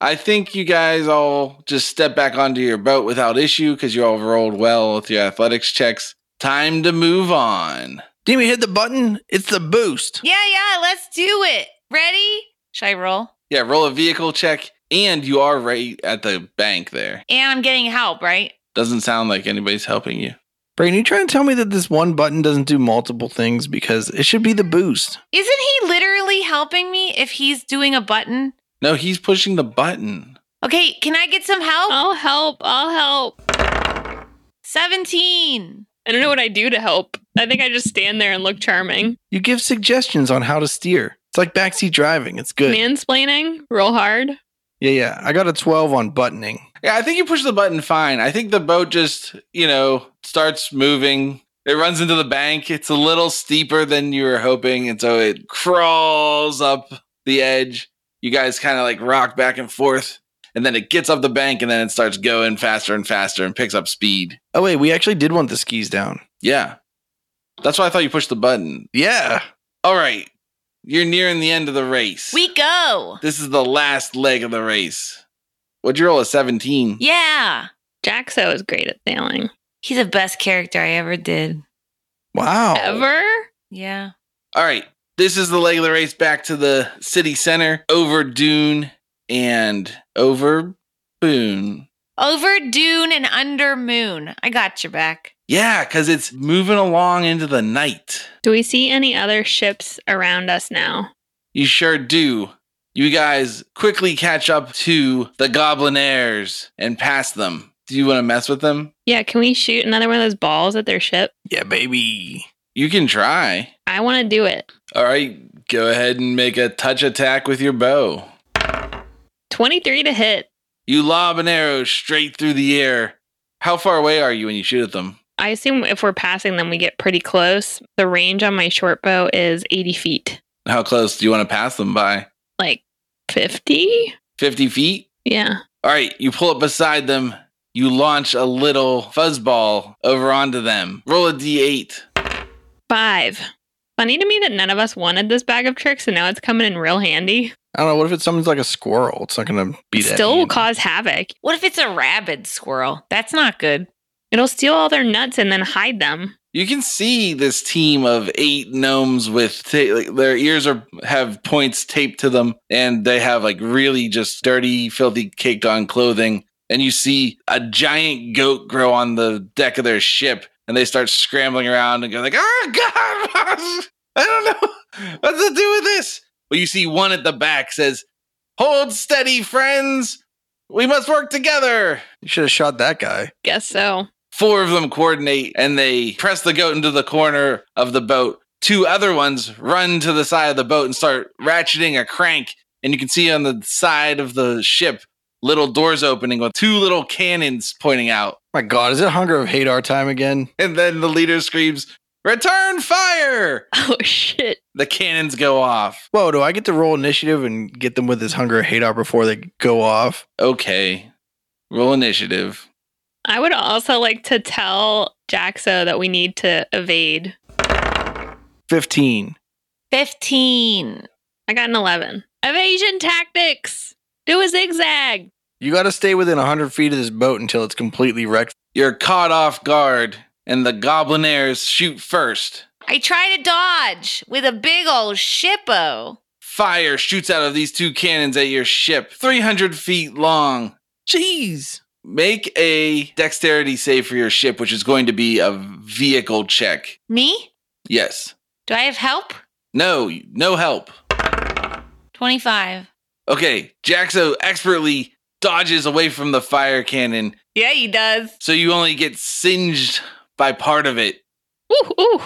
S1: I think you guys all just step back onto your boat without issue because you all rolled well with your athletics checks. Time to move on.
S7: Didn't we hit the button? It's the boost.
S3: Yeah, yeah, let's do it. Ready? Should I roll?
S1: Yeah, roll a vehicle check, and you are right at the bank there.
S3: And I'm getting help, right?
S1: Doesn't sound like anybody's helping you.
S7: Brayden, you trying to tell me that this one button doesn't do multiple things because it should be the boost.
S3: Isn't he literally helping me if he's doing a button?
S1: No, he's pushing the button.
S3: Okay, can I get some help?
S2: I'll help. I'll help.
S3: 17.
S2: I don't know what I do to help. I think I just stand there and look charming.
S7: You give suggestions on how to steer. It's like backseat driving. It's good.
S2: Mansplaining real hard.
S7: Yeah, yeah. I got a 12 on buttoning.
S1: Yeah, I think you push the button fine. I think the boat just, you know, starts moving. It runs into the bank. It's a little steeper than you were hoping. And so it crawls up the edge. You guys kind of like rock back and forth. And then it gets up the bank and then it starts going faster and faster and picks up speed.
S7: Oh, wait. We actually did want the skis down.
S1: Yeah. That's why I thought you pushed the button.
S7: Yeah.
S1: All right. You're nearing the end of the race.
S3: We go.
S1: this is the last leg of the race. What'd you roll? A 17?
S3: Yeah.
S2: Jaxo is great at sailing.
S3: He's the best character I ever did.
S7: Wow.
S2: Ever?
S3: Yeah.
S1: All right. This is the leg of the race back to the city center over Dune and over Boone.
S3: Over Dune and Under Moon. I got your back.
S1: Yeah, because it's moving along into the night.
S2: Do we see any other ships around us now?
S1: You sure do. You guys quickly catch up to the Goblin Airs and pass them. Do you want to mess with them?
S2: Yeah, can we shoot another one of those balls at their ship?
S7: Yeah, baby.
S1: You can try.
S2: I want to do it.
S1: All right, go ahead and make a touch attack with your bow.
S2: 23 to hit.
S1: You lob an arrow straight through the air. How far away are you when you shoot at them?
S2: I assume if we're passing them, we get pretty close. The range on my short bow is 80 feet,
S1: How close do you want to pass them by?
S2: like 50?
S1: 50 feet?
S2: Yeah.
S1: All right, you pull up beside them. You launch a little fuzzball over onto them. Roll a d8.
S2: Five. Funny to me that none of us wanted this bag of tricks and now it's coming in real handy.
S7: I don't know. What if it's something like a squirrel? It's not going to be that.
S2: Still will
S7: handy.
S2: cause havoc.
S3: What if it's a rabid squirrel? That's not good.
S2: It'll steal all their nuts and then hide them.
S1: You can see this team of eight gnomes with ta- like their ears are have points taped to them, and they have like really just dirty, filthy, caked on clothing. And you see a giant goat grow on the deck of their ship, and they start scrambling around and go like, "Oh God, I don't know what to do with this." But you see one at the back says, "Hold steady, friends. We must work together."
S7: You should have shot that guy.
S2: Guess so.
S1: Four of them coordinate and they press the goat into the corner of the boat. Two other ones run to the side of the boat and start ratcheting a crank. And you can see on the side of the ship little doors opening with two little cannons pointing out.
S7: My God, is it Hunger of Hadar time again?
S1: And then the leader screams, Return fire!
S2: Oh, shit.
S1: The cannons go off.
S7: Whoa, do I get to roll initiative and get them with this Hunger of Hadar before they go off?
S1: Okay. Roll initiative.
S2: I would also like to tell Jaxo that we need to evade.
S7: 15.
S3: 15.
S2: I got an 11. Evasion tactics. Do a zigzag.
S7: You got to stay within 100 feet of this boat until it's completely wrecked.
S1: You're caught off guard, and the goblinaires shoot first.
S3: I try to dodge with a big old shippo.
S1: Fire shoots out of these two cannons at your ship, 300 feet long.
S7: Jeez.
S1: Make a dexterity save for your ship, which is going to be a vehicle check.
S3: Me?
S1: Yes.
S3: Do I have help?
S1: No, no help.
S3: 25.
S1: Okay, Jaxo expertly dodges away from the fire cannon,
S3: Yeah, he does.
S1: so you only get singed by part of it.
S2: Ooh, ooh.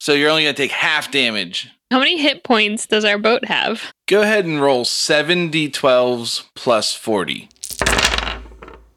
S1: So you're only going to take half damage.
S2: How many hit points does our boat have?
S1: Go ahead and roll 7d12s plus 40.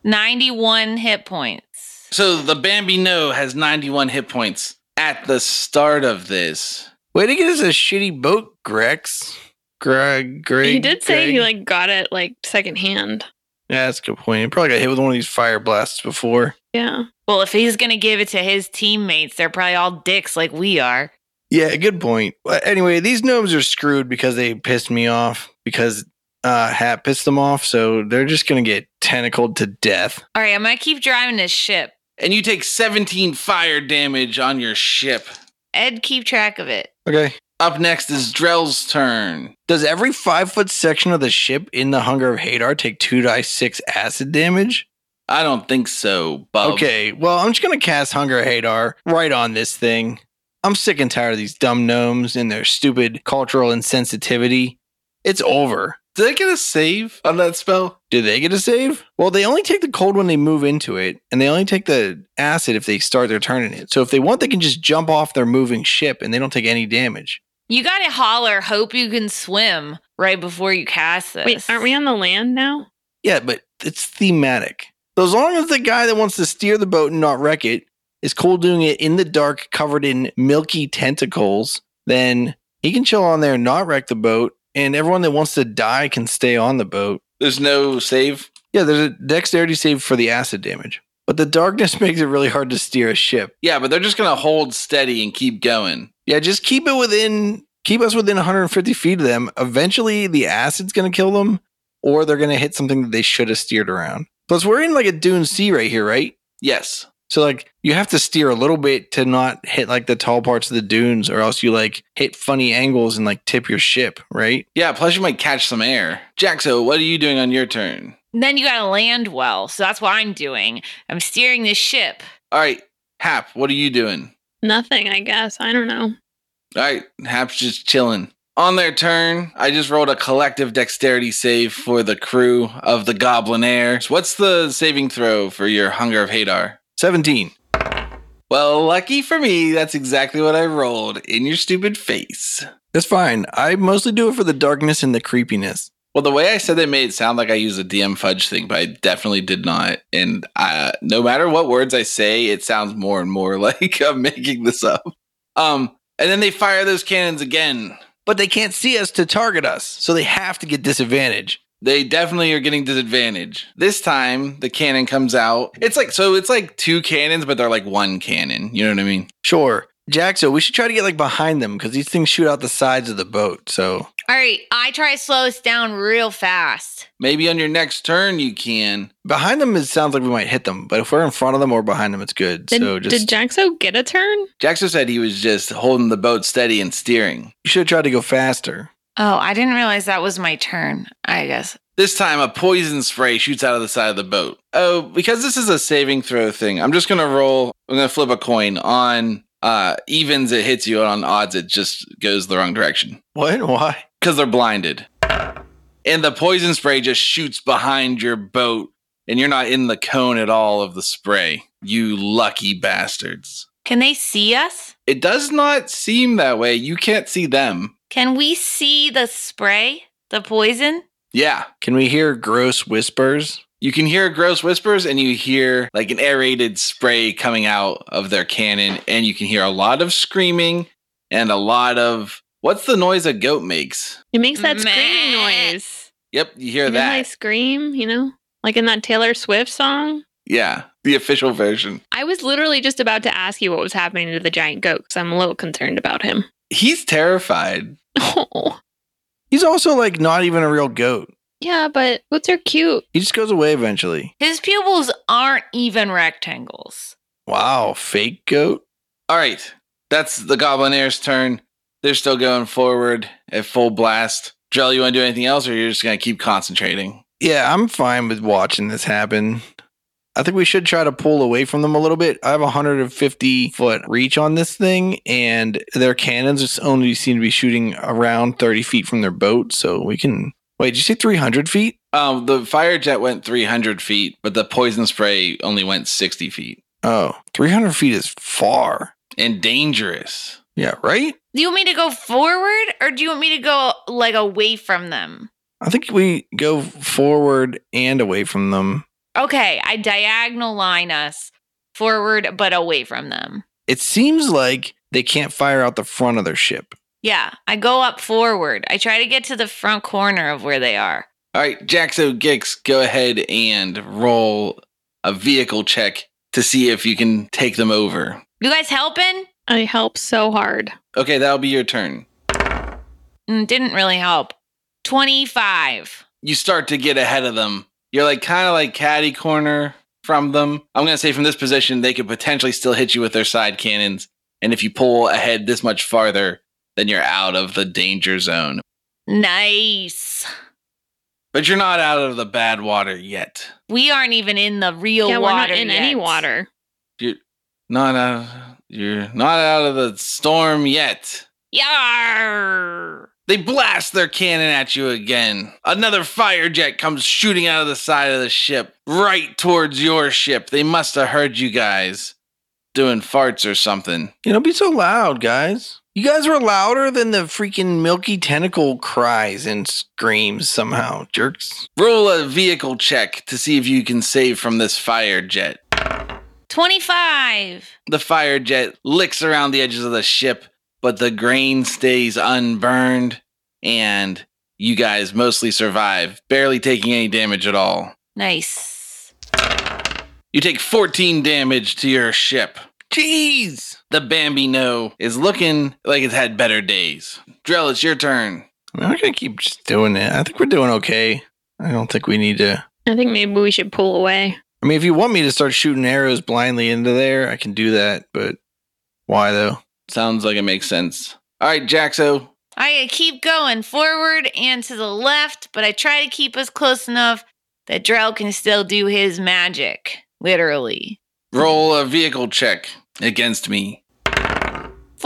S3: 91 hit points.
S1: So the Bambino has 91 hit points at the start of this.
S7: Way to get us a shitty boat, Grex. Greg, Greg.
S2: he did say he
S7: Greg.
S2: like got it like secondhand.
S7: Yeah, that's a good point. He probably got hit with one of these fire blasts before.
S2: Yeah.
S3: Well, if he's going to give it to his teammates, they're probably all dicks like we are.
S7: Yeah, good point. But Anyway, these gnomes are screwed because they pissed me off because uh Hat pissed them off, so they're just gonna get tentacled to death.
S3: All right, I'm going to keep driving this ship.
S1: and you take 17 fire damage on your ship.
S3: Ed, keep track of it.
S7: Okay.
S1: Up next is Drell's turn.
S7: Does every five foot section of the ship in the Hunger of Hadar take two die six acid damage?
S1: I don't think so, Bub.
S7: Okay, well, I'm just gonna cast Hunger Hadar right on this thing. I'm sick and tired of these dumb gnomes and their stupid cultural insensitivity. It's over.
S1: Did I get a save on that spell?
S7: Do they get a save? Well, they only take the cold when they move into it, and they only take the acid if they start their turn in it. So if they want, they can just jump off their moving ship and they don't take any damage.
S3: You got to holler, hope you can swim right before you cast this.
S2: Wait, aren't we on the land now?
S7: Yeah, but it's thematic. So as long as the guy that wants to steer the boat and not wreck it is cool doing it in the dark, covered in milky tentacles, then he can chill on there and not wreck the boat. And everyone that wants to die can stay on the boat.
S1: There's no save.
S7: Yeah, there's a dexterity save for the acid damage. But the darkness makes it really hard to steer a ship.
S1: Yeah, but they're just gonna hold steady and keep going.
S7: Yeah, just keep it within keep us within 150 feet of them. Eventually the acid's gonna kill them, or they're gonna hit something that they should have steered around. Plus we're in like a dune sea right here, right?
S1: Yes.
S7: So like you have to steer a little bit to not hit like the tall parts of the dunes or else you like hit funny angles and like tip your ship, right?
S1: Yeah, plus you might catch some air. Jaxo, what are you doing on your turn?
S3: And then you got to land well. So that's what I'm doing. I'm steering this ship.
S1: All right, Hap, what are you doing?
S2: Nothing, I guess. I don't know.
S1: All right, Hap's just chilling. On their turn, I just rolled a collective dexterity save for the crew of the Goblin Air. So what's the saving throw for your Hunger of Hadar?
S7: 17.
S1: Well, lucky for me, that's exactly what I rolled in your stupid face.
S7: That's fine. I mostly do it for the darkness and the creepiness.
S1: Well, the way I said they made it sound like I used a DM fudge thing, but I definitely did not. And uh, no matter what words I say, it sounds more and more like I'm making this up. Um, and then they fire those cannons again.
S7: But they can't see us to target us, so they have to get disadvantage.
S1: They definitely are getting disadvantage. This time, the cannon comes out. It's like so. It's like two cannons, but they're like one cannon. You know what I mean?
S7: Sure. Jaxo, we should try to get like behind them because these things shoot out the sides of the boat. So
S3: All right, I try to slow this down real fast.
S1: Maybe on your next turn you can.
S7: behind them, it sounds like we might hit them. But if we're in front of them or behind them, it's good.
S2: Did,
S7: so
S2: did
S7: just
S2: Jaxo get a turn?
S1: Jaxo said he was just holding the boat steady and steering.
S7: you should try to go faster.
S3: Oh, I didn't realize that was my turn, I guess.
S1: This time, a poison spray shoots out of the side of the boat. Oh, because this is a saving throw thing, I'm just gonna roll. I'm gonna flip a coin. On uh, evens, it hits you. On odds, it just goes the wrong direction
S7: What? Why?
S1: because they're blinded. And the poison spray just shoots behind your boat, and you're not in the cone at all of the spray. You lucky bastards!
S3: Can they see us?
S1: It does not seem that way. You can't see them.
S3: Can we see the spray, the poison?
S1: Yeah,
S7: Can we hear gross whispers?
S1: You can hear gross whispers and you hear like an aerated spray coming out of their cannon, and you can hear a lot of screaming and a lot of what's the noise a goat makes?
S2: It makes that screaming
S3: Meh.
S2: noise.
S1: Yep, you hear
S2: You know how they
S1: that.
S2: scream, you know? Like in that Taylor Swift song.
S1: Yeah, the official version.
S2: I was literally just about to ask you what was happening to the giant goat because I'm a little concerned about him.
S1: He's terrified.
S2: Oh,
S7: He's also like not even a real goat.
S2: yeah, but goats are cute.
S7: He just goes away eventually.
S3: His pupils aren't even rectangles.
S7: Wow, fake goat?
S1: All right, that's the Goblin Air's turn. They're still going forward at full blast. Drell, you want to do anything else, or you're just gonna keep concentrating?
S7: Yeah, I'm fine with watching this happen. I think we should try to pull away from them a little bit. I have a 150 foot reach on this thing, and their cannons just only seem to be shooting around 30 feet from their boat. So we can. Wait, did you say 300 feet?
S1: Um, the fire jet went 300 feet, but the poison spray only went 60 feet.
S7: Oh, 300 feet is far.
S1: and dangerous.
S7: Yeah, right?
S3: Do you want me to go forward or do you want me to go like away from them?
S7: I think we go forward and away from them.
S3: Okay, I diagonal line us forward but away from them.
S7: It seems like they can't fire out the front of their ship.
S3: Yeah, I go up forward. I try to get to the front corner of where they are.
S1: All right, Jaxo Gix, go ahead and roll a vehicle check to see if you can take them over.
S3: You guys helping?
S2: I help so hard.
S1: Okay, that'll be your turn.
S3: Mm, didn't really help. 25.
S1: You start to get ahead of them. You're like kind of like caddy corner from them. I'm going to say from this position, they could potentially still hit you with their side cannons. And if you pull ahead this much farther, then you're out of the danger zone.
S3: Nice.
S1: But you're not out of the bad water yet.
S3: We aren't even in the real
S2: yeah,
S3: water.
S2: we're not in any
S3: yet.
S2: water.
S1: Not out. You're not out of the storm yet.
S3: Yarr.
S1: They blast their cannon at you again. Another fire jet comes shooting out of the side of the ship, right towards your ship. They must have heard you guys doing farts or something.
S7: You know, be so loud, guys. You guys were louder than the freaking milky tentacle cries and screams somehow, jerks.
S1: Roll a vehicle check to see if you can save from this fire jet.
S3: 25.
S1: The fire jet licks around the edges of the ship, but the grain stays unburned, and you guys mostly survive, barely taking any damage at all.
S3: Nice.
S1: You take 14 damage to your ship.
S7: Jeez.
S1: The Bambino is looking like it's had better days. Drell, it's your turn.
S7: I mean, we're going to keep just doing it. I think we're doing okay. I don't think we need to.
S2: I think maybe we should pull away.
S7: I mean, if you want me to start shooting arrows blindly into there, I can do that, but why though?
S1: Sounds like it makes sense. All right, Jaxo,
S3: I keep going forward and to the left, but I try to keep us close enough that Drell can still do his magic, literally.
S1: roll a vehicle check against me.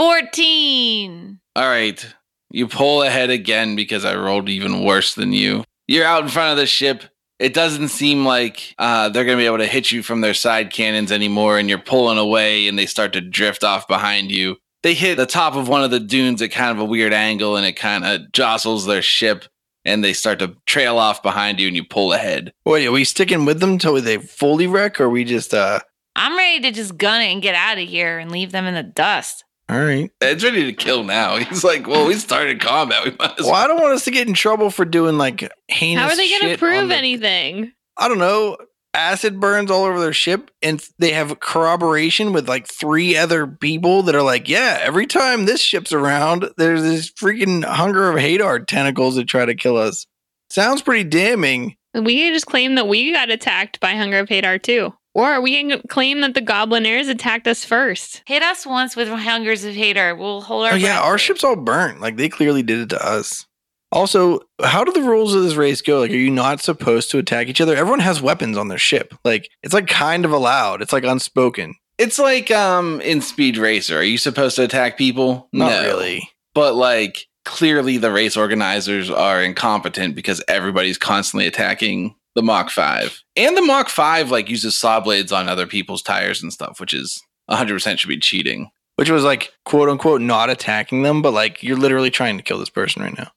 S3: 14.
S1: All right. You pull ahead again because I rolled even worse than you. You're out in front of the ship. It doesn't seem like uh, they're going to be able to hit you from their side cannons anymore, and you're pulling away and they start to drift off behind you. They hit the top of one of the dunes at kind of a weird angle and it kind of jostles their ship, and they start to trail off behind you and you pull ahead.
S7: Wait, are we sticking with them till they fully wreck, or are we just, uh,
S3: I'm ready to just gun it and get out of here and leave them in the dust.
S7: all right.
S1: It's ready to kill now. He's like, Well, we started combat. We might as
S7: Well, I don't want us to get in trouble for doing like heinous.
S2: How are they
S7: going to
S2: prove anything?
S7: I don't know. Acid burns all over their ship, and th- they have corroboration with like three other people that are like, "Yeah, every time this ship's around, there's this freaking hunger of Hadar tentacles that try to kill us." Sounds pretty damning.
S2: We can just claim that we got attacked by Hunger of Hadar too. Or we can claim that the Goblinaires attacked us first.
S3: Hit us once with Hungers of Hater. We'll hold our
S7: oh yeah,
S3: breath.
S7: our ship's all burnt. Like they clearly did it to us. Also, how do the rules of this race go? Like, are you not supposed to attack each other? Everyone has weapons on their ship. Like, it's like kind of allowed. It's like unspoken.
S1: It's like um in Speed Racer. Are you supposed to attack people?
S7: Not really.
S1: But like clearly the race organizers are incompetent because everybody's constantly attacking the Mach 5. And the Mach 5 like uses saw blades on other people's tires and stuff, which is 100% should be cheating.
S7: which was like quote unquote not attacking them, but like you're literally trying to kill this person right now.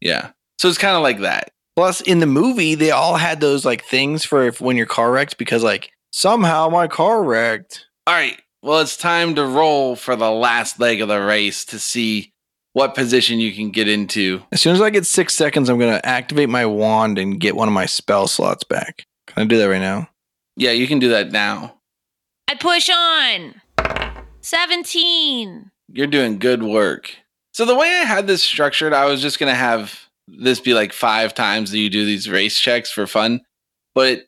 S1: Yeah. So it's kind of like that.
S7: Plus, in the movie, they all had those like things for if, when your car wrecked because like somehow my car wrecked.
S1: All right. Well, it's time to roll for the last leg of the race to see what position you can get into.
S7: As soon as I get six seconds, I'm gonna activate my wand and get one of my spell slots back. Can I do that right now?
S1: Yeah, you can do that now.
S3: I push on. 17.
S1: You're doing good work. So the way I had this structured, I was just gonna have this be like five times that you do these race checks for fun. But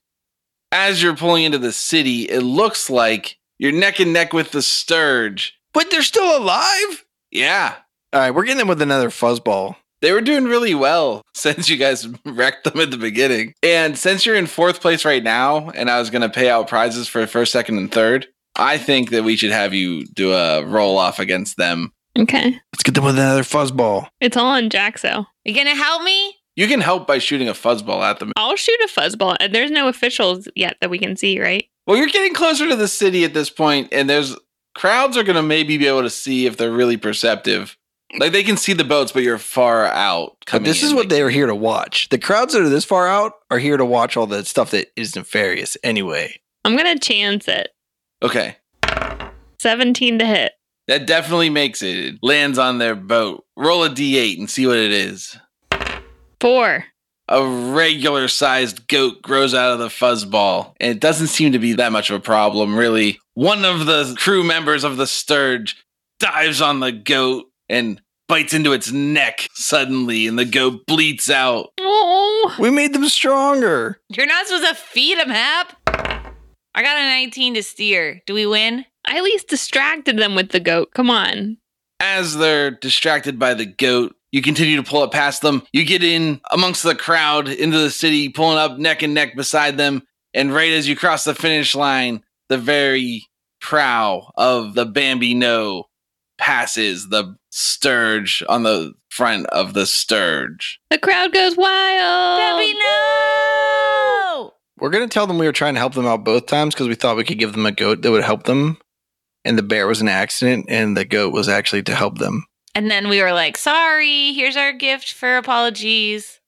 S1: as you're pulling into the city, it looks like you're neck and neck with the Sturge.
S7: But they're still alive.
S1: Yeah,
S7: All right, we're getting them with another fuzzball.
S1: they were doing really well since you guys wrecked them at the beginning. And since you're in fourth place right now, and I was gonna pay out prizes for first, second, and third, I think that we should have you do a roll off against them.
S2: Okay.
S7: Let's get them with another fuzzball.
S2: It's all on Jaxo.
S3: You gonna help me?
S1: You can help by shooting a fuzzball at them
S2: I'll shoot a fuzzball. and There's no officials yet that we can see, right?
S1: Well, you're getting closer to the city at this point, and there's crowds are going to maybe be able to see if they're really perceptive. Like they can see the boats, but you're far out.
S7: But
S1: coming
S7: this
S1: in.
S7: is what
S1: Like,
S7: they are here to watch. The crowds that are this far out are here to watch all the stuff that is nefarious anyway.
S2: I'm going to chance it.
S1: Okay,
S2: 17 to hit.
S1: that definitely makes it. It lands on their boat. Roll a d8 and see what it is.
S2: Four.
S1: A regular sized goat grows out of the fuzzball, and it doesn't seem to be that much of a problem, really. One of the crew members of the Sturge dives on the goat and bites into its neck suddenly, and the goat bleats out.
S2: Oh.
S7: We made them stronger.
S3: You're not supposed to feed him, Hap. I got a 19 to steer. Do we win?
S2: I at least distracted them with the goat. Come on.
S1: as they're distracted by the goat, you continue to pull up past them. You get in amongst the crowd into the city, pulling up neck and neck beside them. And right as you cross the finish line, the very prow of the Bambino passes the Sturge on the front of the Sturge.
S2: The crowd goes wild.
S3: Debbie, no!
S7: We're gonna tell them we were trying to help them out both times because we thought we could give them a goat that would help them, and the bear was an accident, and the goat was actually to help them.
S3: And then we were like, sorry, here's our gift for apologies.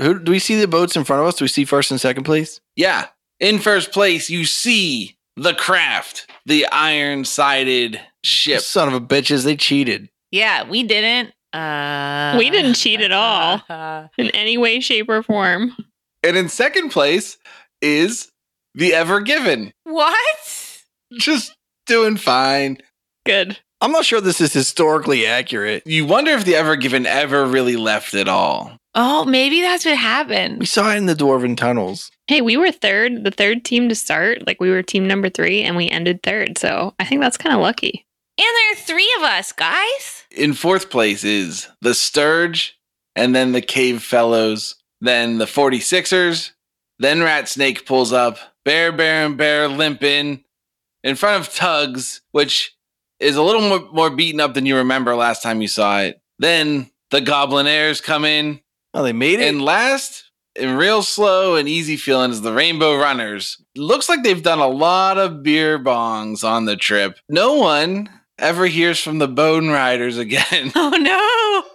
S7: Who do we see the boats in front of us? Do we see first and second place?
S1: Yeah. In first place, you see the craft, the iron sided ship.
S7: Son of a bitches, they cheated.
S3: Yeah, we didn't. Uh,
S2: We didn't cheat at all. in any way, shape, or form.
S1: And in second place is the Ever Given.
S3: what?
S1: Just doing fine.
S2: Good.
S7: I'm not sure this is historically accurate.
S1: You wonder if the Ever Given ever really left at all.
S3: Oh, maybe that's what
S7: We
S3: happened.
S7: saw it in the dwarven tunnels.
S2: Hey, we were third, the third team to start. Like we were team number three and we ended third. So I think that's kind of lucky.
S3: And there are three of us, guys.
S1: In fourth place is the Sturge, and then the Cave Fellows, then the 46ers, then Rat Snake pulls up, Bear Baron Bear limping in front of Tugs, which is a little more, more beaten up than you remember last time you saw it. Then the Goblin Airs come in,
S7: Oh, they made it.
S1: And last, and real slow and easy feeling is the Rainbow Runners. Looks like they've done a lot of beer bongs on the trip. No one ever hears from the Bone Riders again.
S3: Oh, no.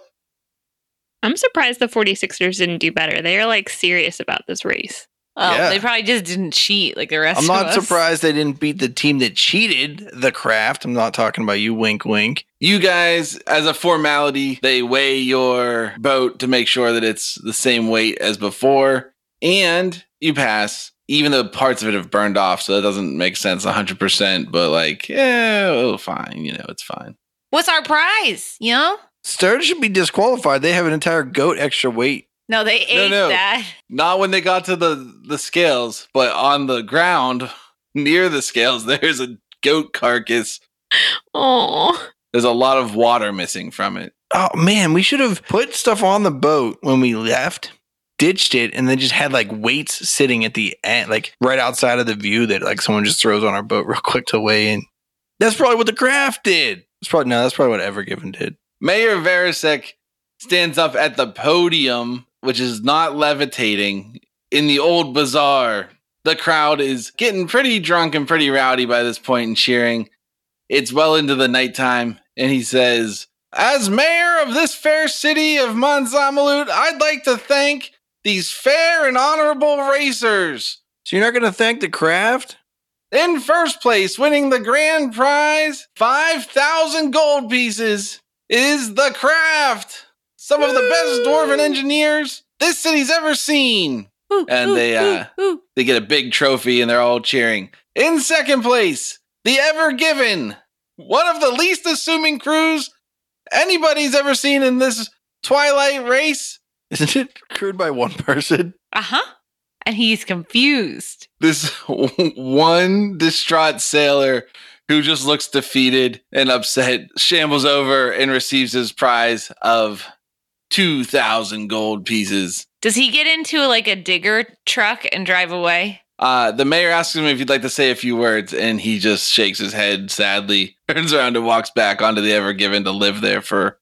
S2: I'm surprised the 46ers didn't do better. They are like serious about this race.
S3: Oh,
S7: Yeah.
S3: they probably just didn't cheat like the rest
S7: I'm
S3: of
S7: not
S3: us.
S7: surprised they didn't beat the team that cheated the craft. I'm not talking about you, wink, wink.
S1: you guys, as a formality, they weigh your boat to make sure that it's the same weight as before, and you pass. Even though parts of it have burned off, so that doesn't make sense 100%, but like, yeah, oh, fine. You know, it's fine.
S3: What's our prize? You know?
S7: Sturge should be disqualified. They have an entire goat extra weight.
S3: No, they ate
S1: no.
S3: that.
S1: Not when they got to the the scales, but on the ground near the scales, there's a goat carcass.
S2: Oh,
S1: There's a lot of water missing from it.
S7: Oh man, we should have put stuff on the boat when we left, ditched it, and then just had like weights sitting at the end, like right outside of the view that like someone just throws on our boat real quick to weigh in. That's probably what the craft did. It's probably no, that's probably what Evergiven did.
S1: Mayor Verisek stands up at the podium, which is not levitating, in the old bazaar. The crowd is getting pretty drunk and pretty rowdy by this point and cheering. It's well into the nighttime, and he says, As mayor of this fair city of Monzamalut, I'd like to thank these fair and honorable racers.
S7: So you're not gonna thank the craft?
S1: In first place, winning the grand prize, 5,000 gold pieces, is the craft. Some of the best dwarven engineers this city's ever seen.
S3: Ooh,
S1: And
S3: ooh,
S1: they, uh,
S3: ooh, ooh.
S1: They get a big trophy and they're all cheering. In second place, the Ever Given, one of the least assuming crews anybody's ever seen in this Twilight race.
S7: Isn't it crewed by one person?
S3: Uh-huh. And he's confused.
S1: this one distraught sailor who just looks defeated and upset shambles over and receives his prize of 2000 gold pieces
S3: Does he get into like a digger truck and drive away?
S1: uh, the mayor asks him if he'd like to say a few words and he just shakes his head sadly turns around and walks back onto the ever given to live there for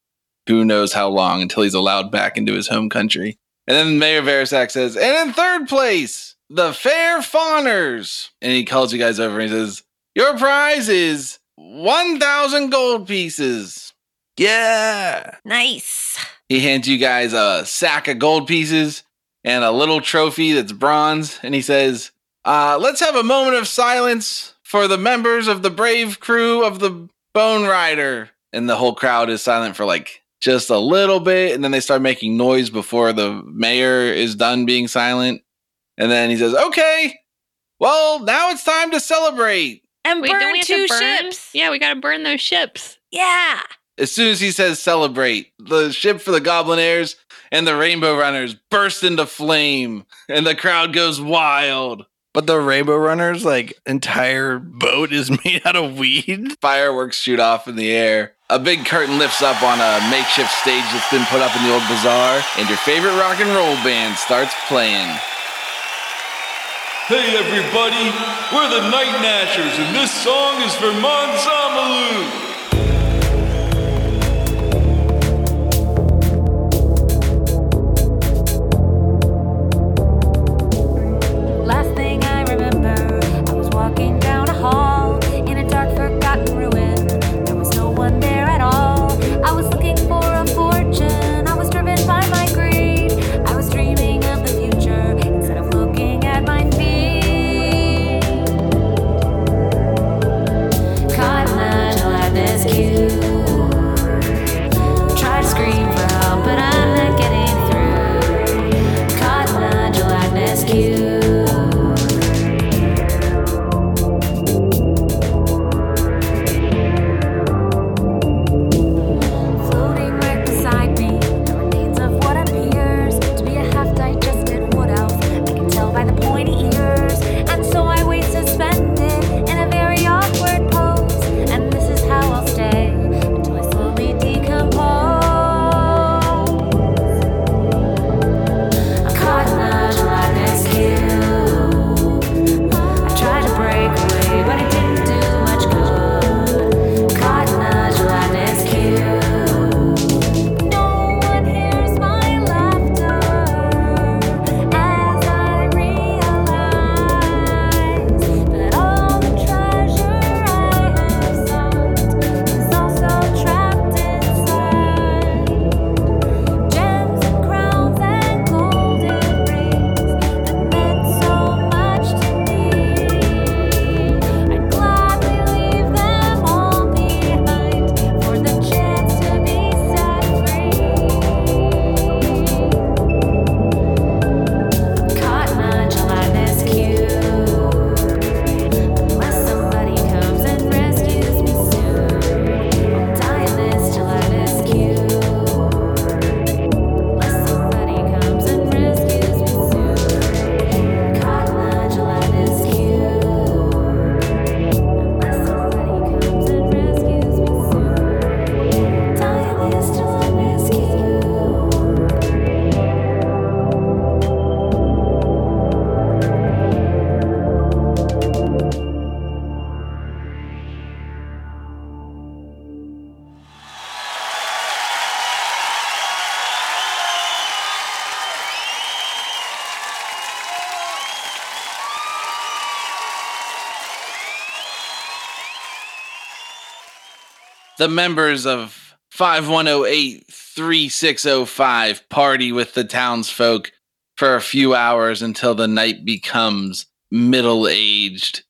S1: who knows how long until he's allowed back into his home country and then mayor verisak says and in third place the fair fawners and he calls you guys over and he says your prize is 1000 gold pieces
S7: Yeah.
S3: Nice.
S1: he hands you guys a sack of gold pieces and a little trophy that's bronze. And he says, uh, Let's have a moment of silence for the members of the brave crew of the Bone Rider. And the whole crowd is silent for like just a little bit. And then they start making noise before the mayor is done being silent. And then he says, Okay, well, now it's time to celebrate.
S3: And burn
S2: don't have to
S3: two
S2: burn?
S3: ships.
S2: Yeah, we got to burn those ships.
S3: Yeah.
S1: As soon as he says celebrate, the ship for the Goblin Airs and the Rainbow Runners burst into flame, and the crowd goes wild.
S7: But the Rainbow Runners, like entire boat is made out of weed.
S1: Fireworks shoot off in the air. A big curtain lifts up on a makeshift stage that's been put up in the old bazaar, and your favorite rock and roll band starts playing.
S10: Hey everybody, we're the Night Nashers, and this song is for Monzamalu.
S5: Last thing I remember, I was walking down a hall in a dark, forgotten ruin. There was no one there at all. I was looking
S1: the members of 5108-3605 party with the townsfolk for a few hours until the night becomes middle-aged.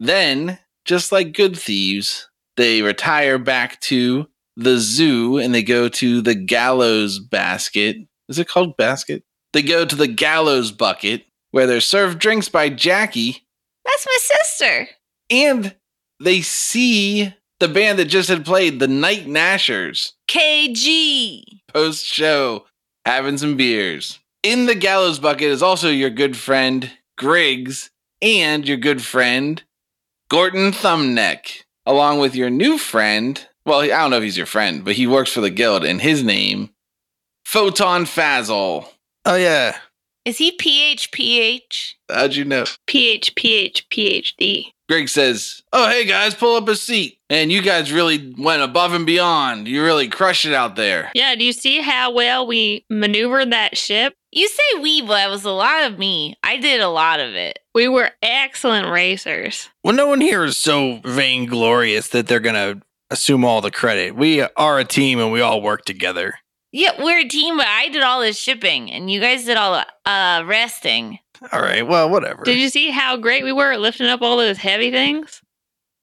S1: Then, just like good thieves, they retire back to the zoo and they go to the gallows basket. Is it called basket? They go to the gallows bucket where they're served drinks by Jackie
S3: That's my sister.
S1: and they see the band that just had played, the Night Nashers,
S3: KG.
S1: post show, having some beers. In the gallows bucket is also your good friend Griggs and your good friend Gorton Thumbneck, along with your new friend. Well, I don't know if he's your friend, but he works for the guild, and his name, Photon Fazzle.
S7: Oh yeah.
S3: Is he PHPH?
S1: How'd you know?
S2: PH, PH, PhD.
S1: Greg says, Oh, hey guys, pull up a seat. And you guys really went above and beyond. You really crushed it out there.
S2: Yeah, do you see how well we maneuvered that ship?
S3: You say we, but it was a lot of me. I did a lot of it.
S2: We were excellent racers.
S7: Well, no one here is so vainglorious that they're gonna assume all the credit. We are a team and we all work together.
S3: Yeah, we're a team, but I did all the shipping, and you guys did all the uh, resting.
S7: All right. Well, whatever.
S2: Did you see how great we were at lifting up all those heavy things?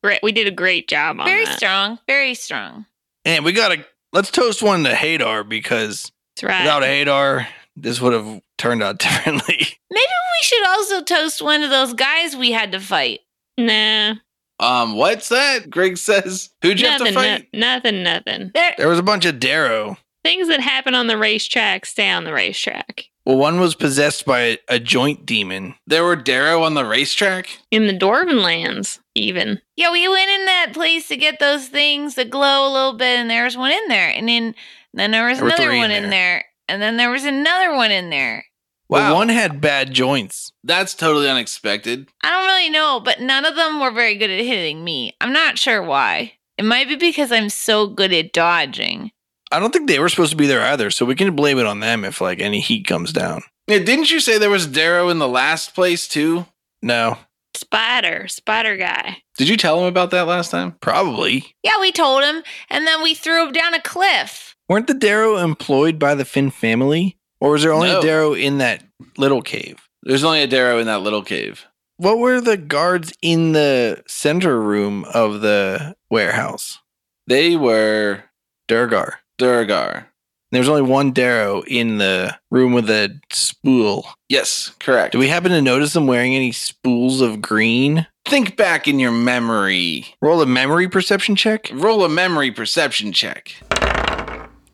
S2: Great. We did a great job on
S3: Very
S2: that.
S3: strong, very strong.
S7: and we gotta let's toast one to Hadar because
S2: That's right.
S7: without Hadar, this would have turned out differently.
S3: Maybe we should also toast one of those guys we had to fight.
S2: nah.
S1: Um, what's that? Greg says, Who'd you
S2: Nothing,
S1: have to fight?
S2: no- nothing, nothing.
S3: There,
S7: There was a bunch of Darrow.
S2: Things that happen on the racetrack stay on the racetrack.
S7: Well, one was possessed by a, a joint demon.
S1: There were Darrow on the racetrack?
S2: In the Dwarven lands, even.
S3: yeah, we went in that place to get those things that glow a little bit, and there was one in there, and then then there was
S7: There were
S3: another
S7: three in
S3: one in
S7: there.
S3: there, and then there was another one in there.
S7: Well,
S1: Wow.
S7: one had bad joints.
S1: That's totally unexpected.
S3: I don't really know, but none of them were very good at hitting me. I'm not sure why. It might be because I'm so good at dodging.
S7: I don't think they were supposed to be there either, so we can blame it on them if like any heat comes down.
S1: Yeah, didn't you say there was Darrow in the last place too?
S7: No,
S2: Spider, spider guy.
S1: Did you tell him about that last time?
S7: probably
S3: Yeah, we told him, and then we threw him down a cliff.
S7: weren't the Darrow employed by the Finn family, or was there only
S1: No.
S7: a Darrow in that little cave?
S1: There's only a Darrow in that little cave.
S7: What were the guards in the center room of the warehouse?
S1: They were
S7: Durgar.
S1: Durgar.
S7: There was only one Darrow in the room with the spool.
S1: Yes, correct.
S7: Do we happen to notice them wearing any spools of green?
S1: think back in your memory?
S7: Roll a memory perception check.
S1: Roll a memory perception check.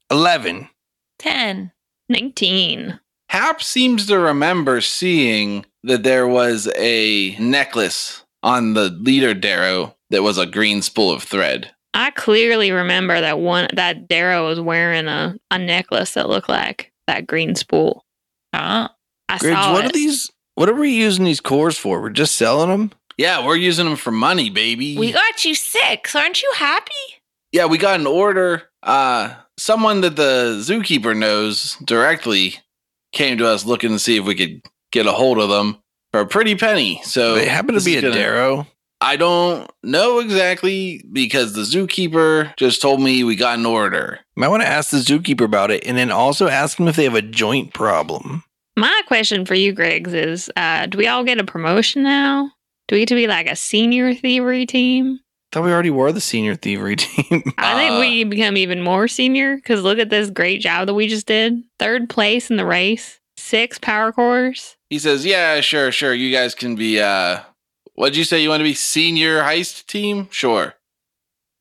S7: 11.
S3: Ten.
S2: 19.
S1: Hap seems to remember seeing that there was a necklace on the leader Darrow that was a green spool of thread.
S2: I clearly remember that one that Darrow was wearing a, a necklace that looked like that green spool.
S3: Huh?
S2: I
S7: Griggs,
S2: saw
S7: what
S2: it.
S7: are these? What are we using these cores for? We're just selling them?
S1: Yeah, we're using them for money, baby.
S3: We got you six. Aren't you happy?
S1: yeah, we got an order. Uh, someone that the zookeeper knows directly came to us looking to see if we could get a hold of them for a pretty penny. So
S7: they happen to
S1: Oh, this
S7: be
S1: is
S7: a
S1: gonna-
S7: Darrow.
S1: I don't know exactly because the zookeeper just told me we got an order.
S7: Might want to ask the zookeeper about it and then also ask them if they have a joint problem.
S2: My question for you, Griggs, is uh, do we all get a promotion now? Do we get to be like a senior thievery team?
S7: Thought we already were the senior thievery team.
S2: I think
S1: Uh,
S2: we become even more senior because look at this great job that we just did. Third place in the race, six power cores.
S1: He says, "Yeah, sure, sure. You guys can be. uh What'd you say? You want to be senior heist team? Sure.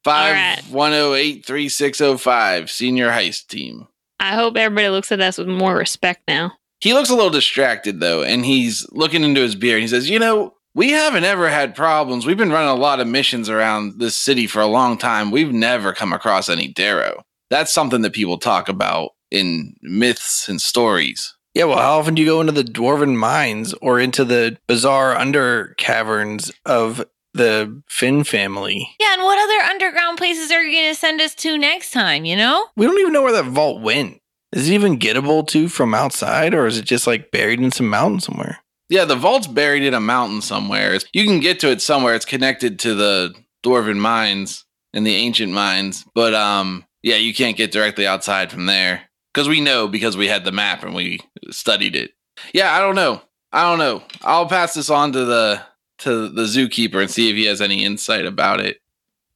S2: All right.
S1: Five one zero eight three six zero five senior heist team.
S2: I hope everybody looks at us with more respect now.
S1: He looks a little distracted though, and he's looking into his beer. And he says, "You know." We haven't ever had problems. We've been running a lot of missions around this city for a long time. We've never come across any Darrow. That's something that people talk about in myths and stories.
S7: Yeah, well, how often do you go into the dwarven mines or into the bizarre under caverns of the Finn family?
S3: Yeah, and what other underground places are you going to send us to next time, you know?
S7: We don't even know where that vault went. Is it even gettable to from outside, or is it just like buried in some mountain somewhere?
S1: Yeah, the vault's buried in a mountain somewhere. It's, you can get to it somewhere. It's connected to the dwarven mines. in the ancient mines. But um, yeah, you can't get directly outside from there because we know because we had the map and we studied it. Yeah, I don't know. I don't know. I'll pass this on to the to the zookeeper and see if he has any insight about it.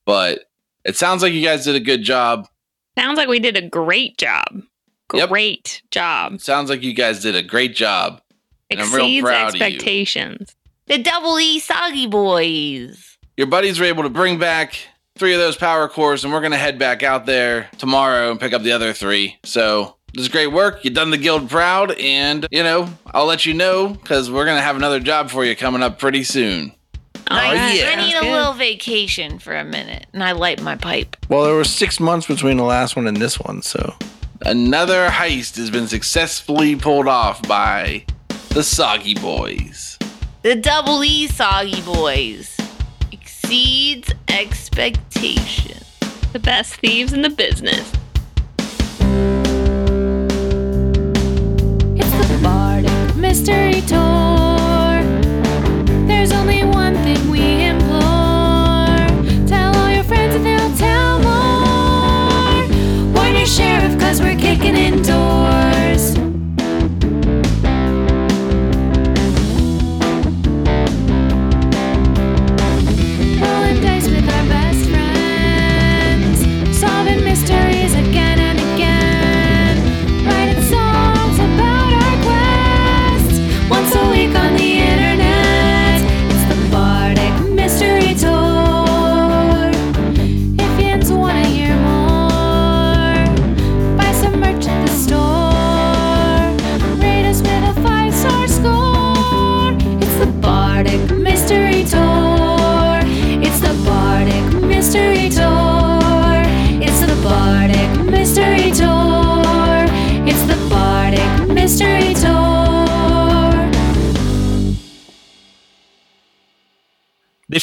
S1: But it sounds like you guys did a good job.
S2: Sounds like we did a great job.
S1: Yep.
S2: Great job.
S1: It sounds like you guys did a great job. And I'm real
S2: Exceeds
S1: proud of you.
S2: expectations.
S3: The double E soggy boys.
S1: Your buddies were able to bring back three of those power cores, and we're gonna head back out there tomorrow and pick up the other three. So this is great work. You've done the guild proud, and you know I'll let you know because we're gonna have another job for you coming up pretty soon.
S2: All
S3: I,
S2: right,
S3: Oh, I
S2: sounds
S3: need a
S2: Oh, good.
S3: little vacation for a minute, and I light my pipe.
S7: Well, there was six months between the last one and this one, so
S1: Another heist has been successfully pulled off by the Soggy Boys.
S3: The double E soggy boys exceeds expectation.
S2: The best thieves in the business.
S5: It's the Bardic Mystery Tour. There's only one thing we implore. Tell all your friends and they'll tell more. Warn your sheriff cause we're kicking in doors. Rolling dice with our best friends. Solving mysteries again and again. Writing songs about our quest. Once a week on the internet. It's the Bardic Mystery Tour. If yins wanna hear more, buy some merch at the store. Rate us with a five star score. It's the Bardic Mystery Tour. It's the Bardic Mystery Tour. It's the Bardic Mystery Tour. It's the Bardic Mystery Tour.
S11: This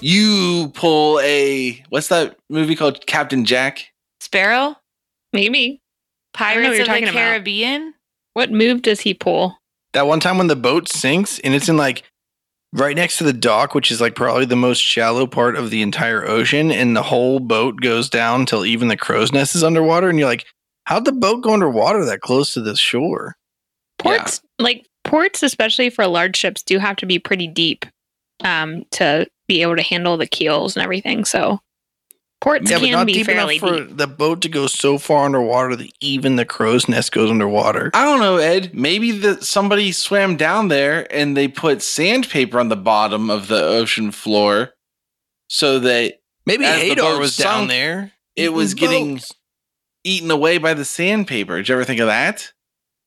S1: You pull a what's that movie called Captain Jack?
S3: Sparrow,
S2: Maybe. don't know what
S3: Pirates
S2: you're
S3: of
S2: talking
S3: the
S2: about.
S3: Caribbean.
S2: What move does he pull?
S7: that one time when the boat sinks and it's in like right next to the dock, which is like probably the most shallow part of the entire ocean, and the whole boat goes down till even the crow's nest is underwater, and you're like, how'd the boat go underwater that close to the shore?
S2: Ports, like ports, especially for large ships, do have to be pretty deep um, to be able to handle the keels and everything. So ports can be fairly deep.
S7: the boat to go so far underwater that even the crow's nest goes underwater.
S1: I don't know, Ed. Maybe that somebody swam down there and they put sandpaper on the bottom of the ocean floor so that
S7: Maybe
S1: As the
S7: Hadar
S1: boat
S7: was down
S1: sunk,
S7: there.
S1: it was
S7: Eating
S1: getting
S7: boats.
S1: eaten away by the sandpaper. Did you ever think of that?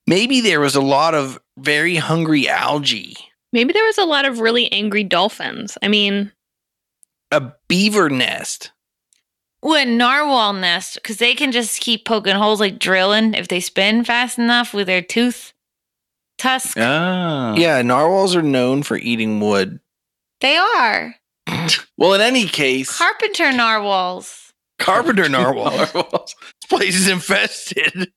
S7: Maybe there was a lot of very hungry algae.
S2: Maybe there was a lot of really angry dolphins. I mean,
S7: A beaver nest.
S3: Ooh, a narwhal nest, because they can just keep poking holes like drilling if they spin fast enough with their tooth tusk.
S1: Oh. Yeah.
S7: Yeah, narwhals are known for eating wood.
S3: They are
S1: Well, in any case,
S3: carpenter narwhals.
S7: Carpenter narwhals.
S1: narwhals.
S7: this place is infested.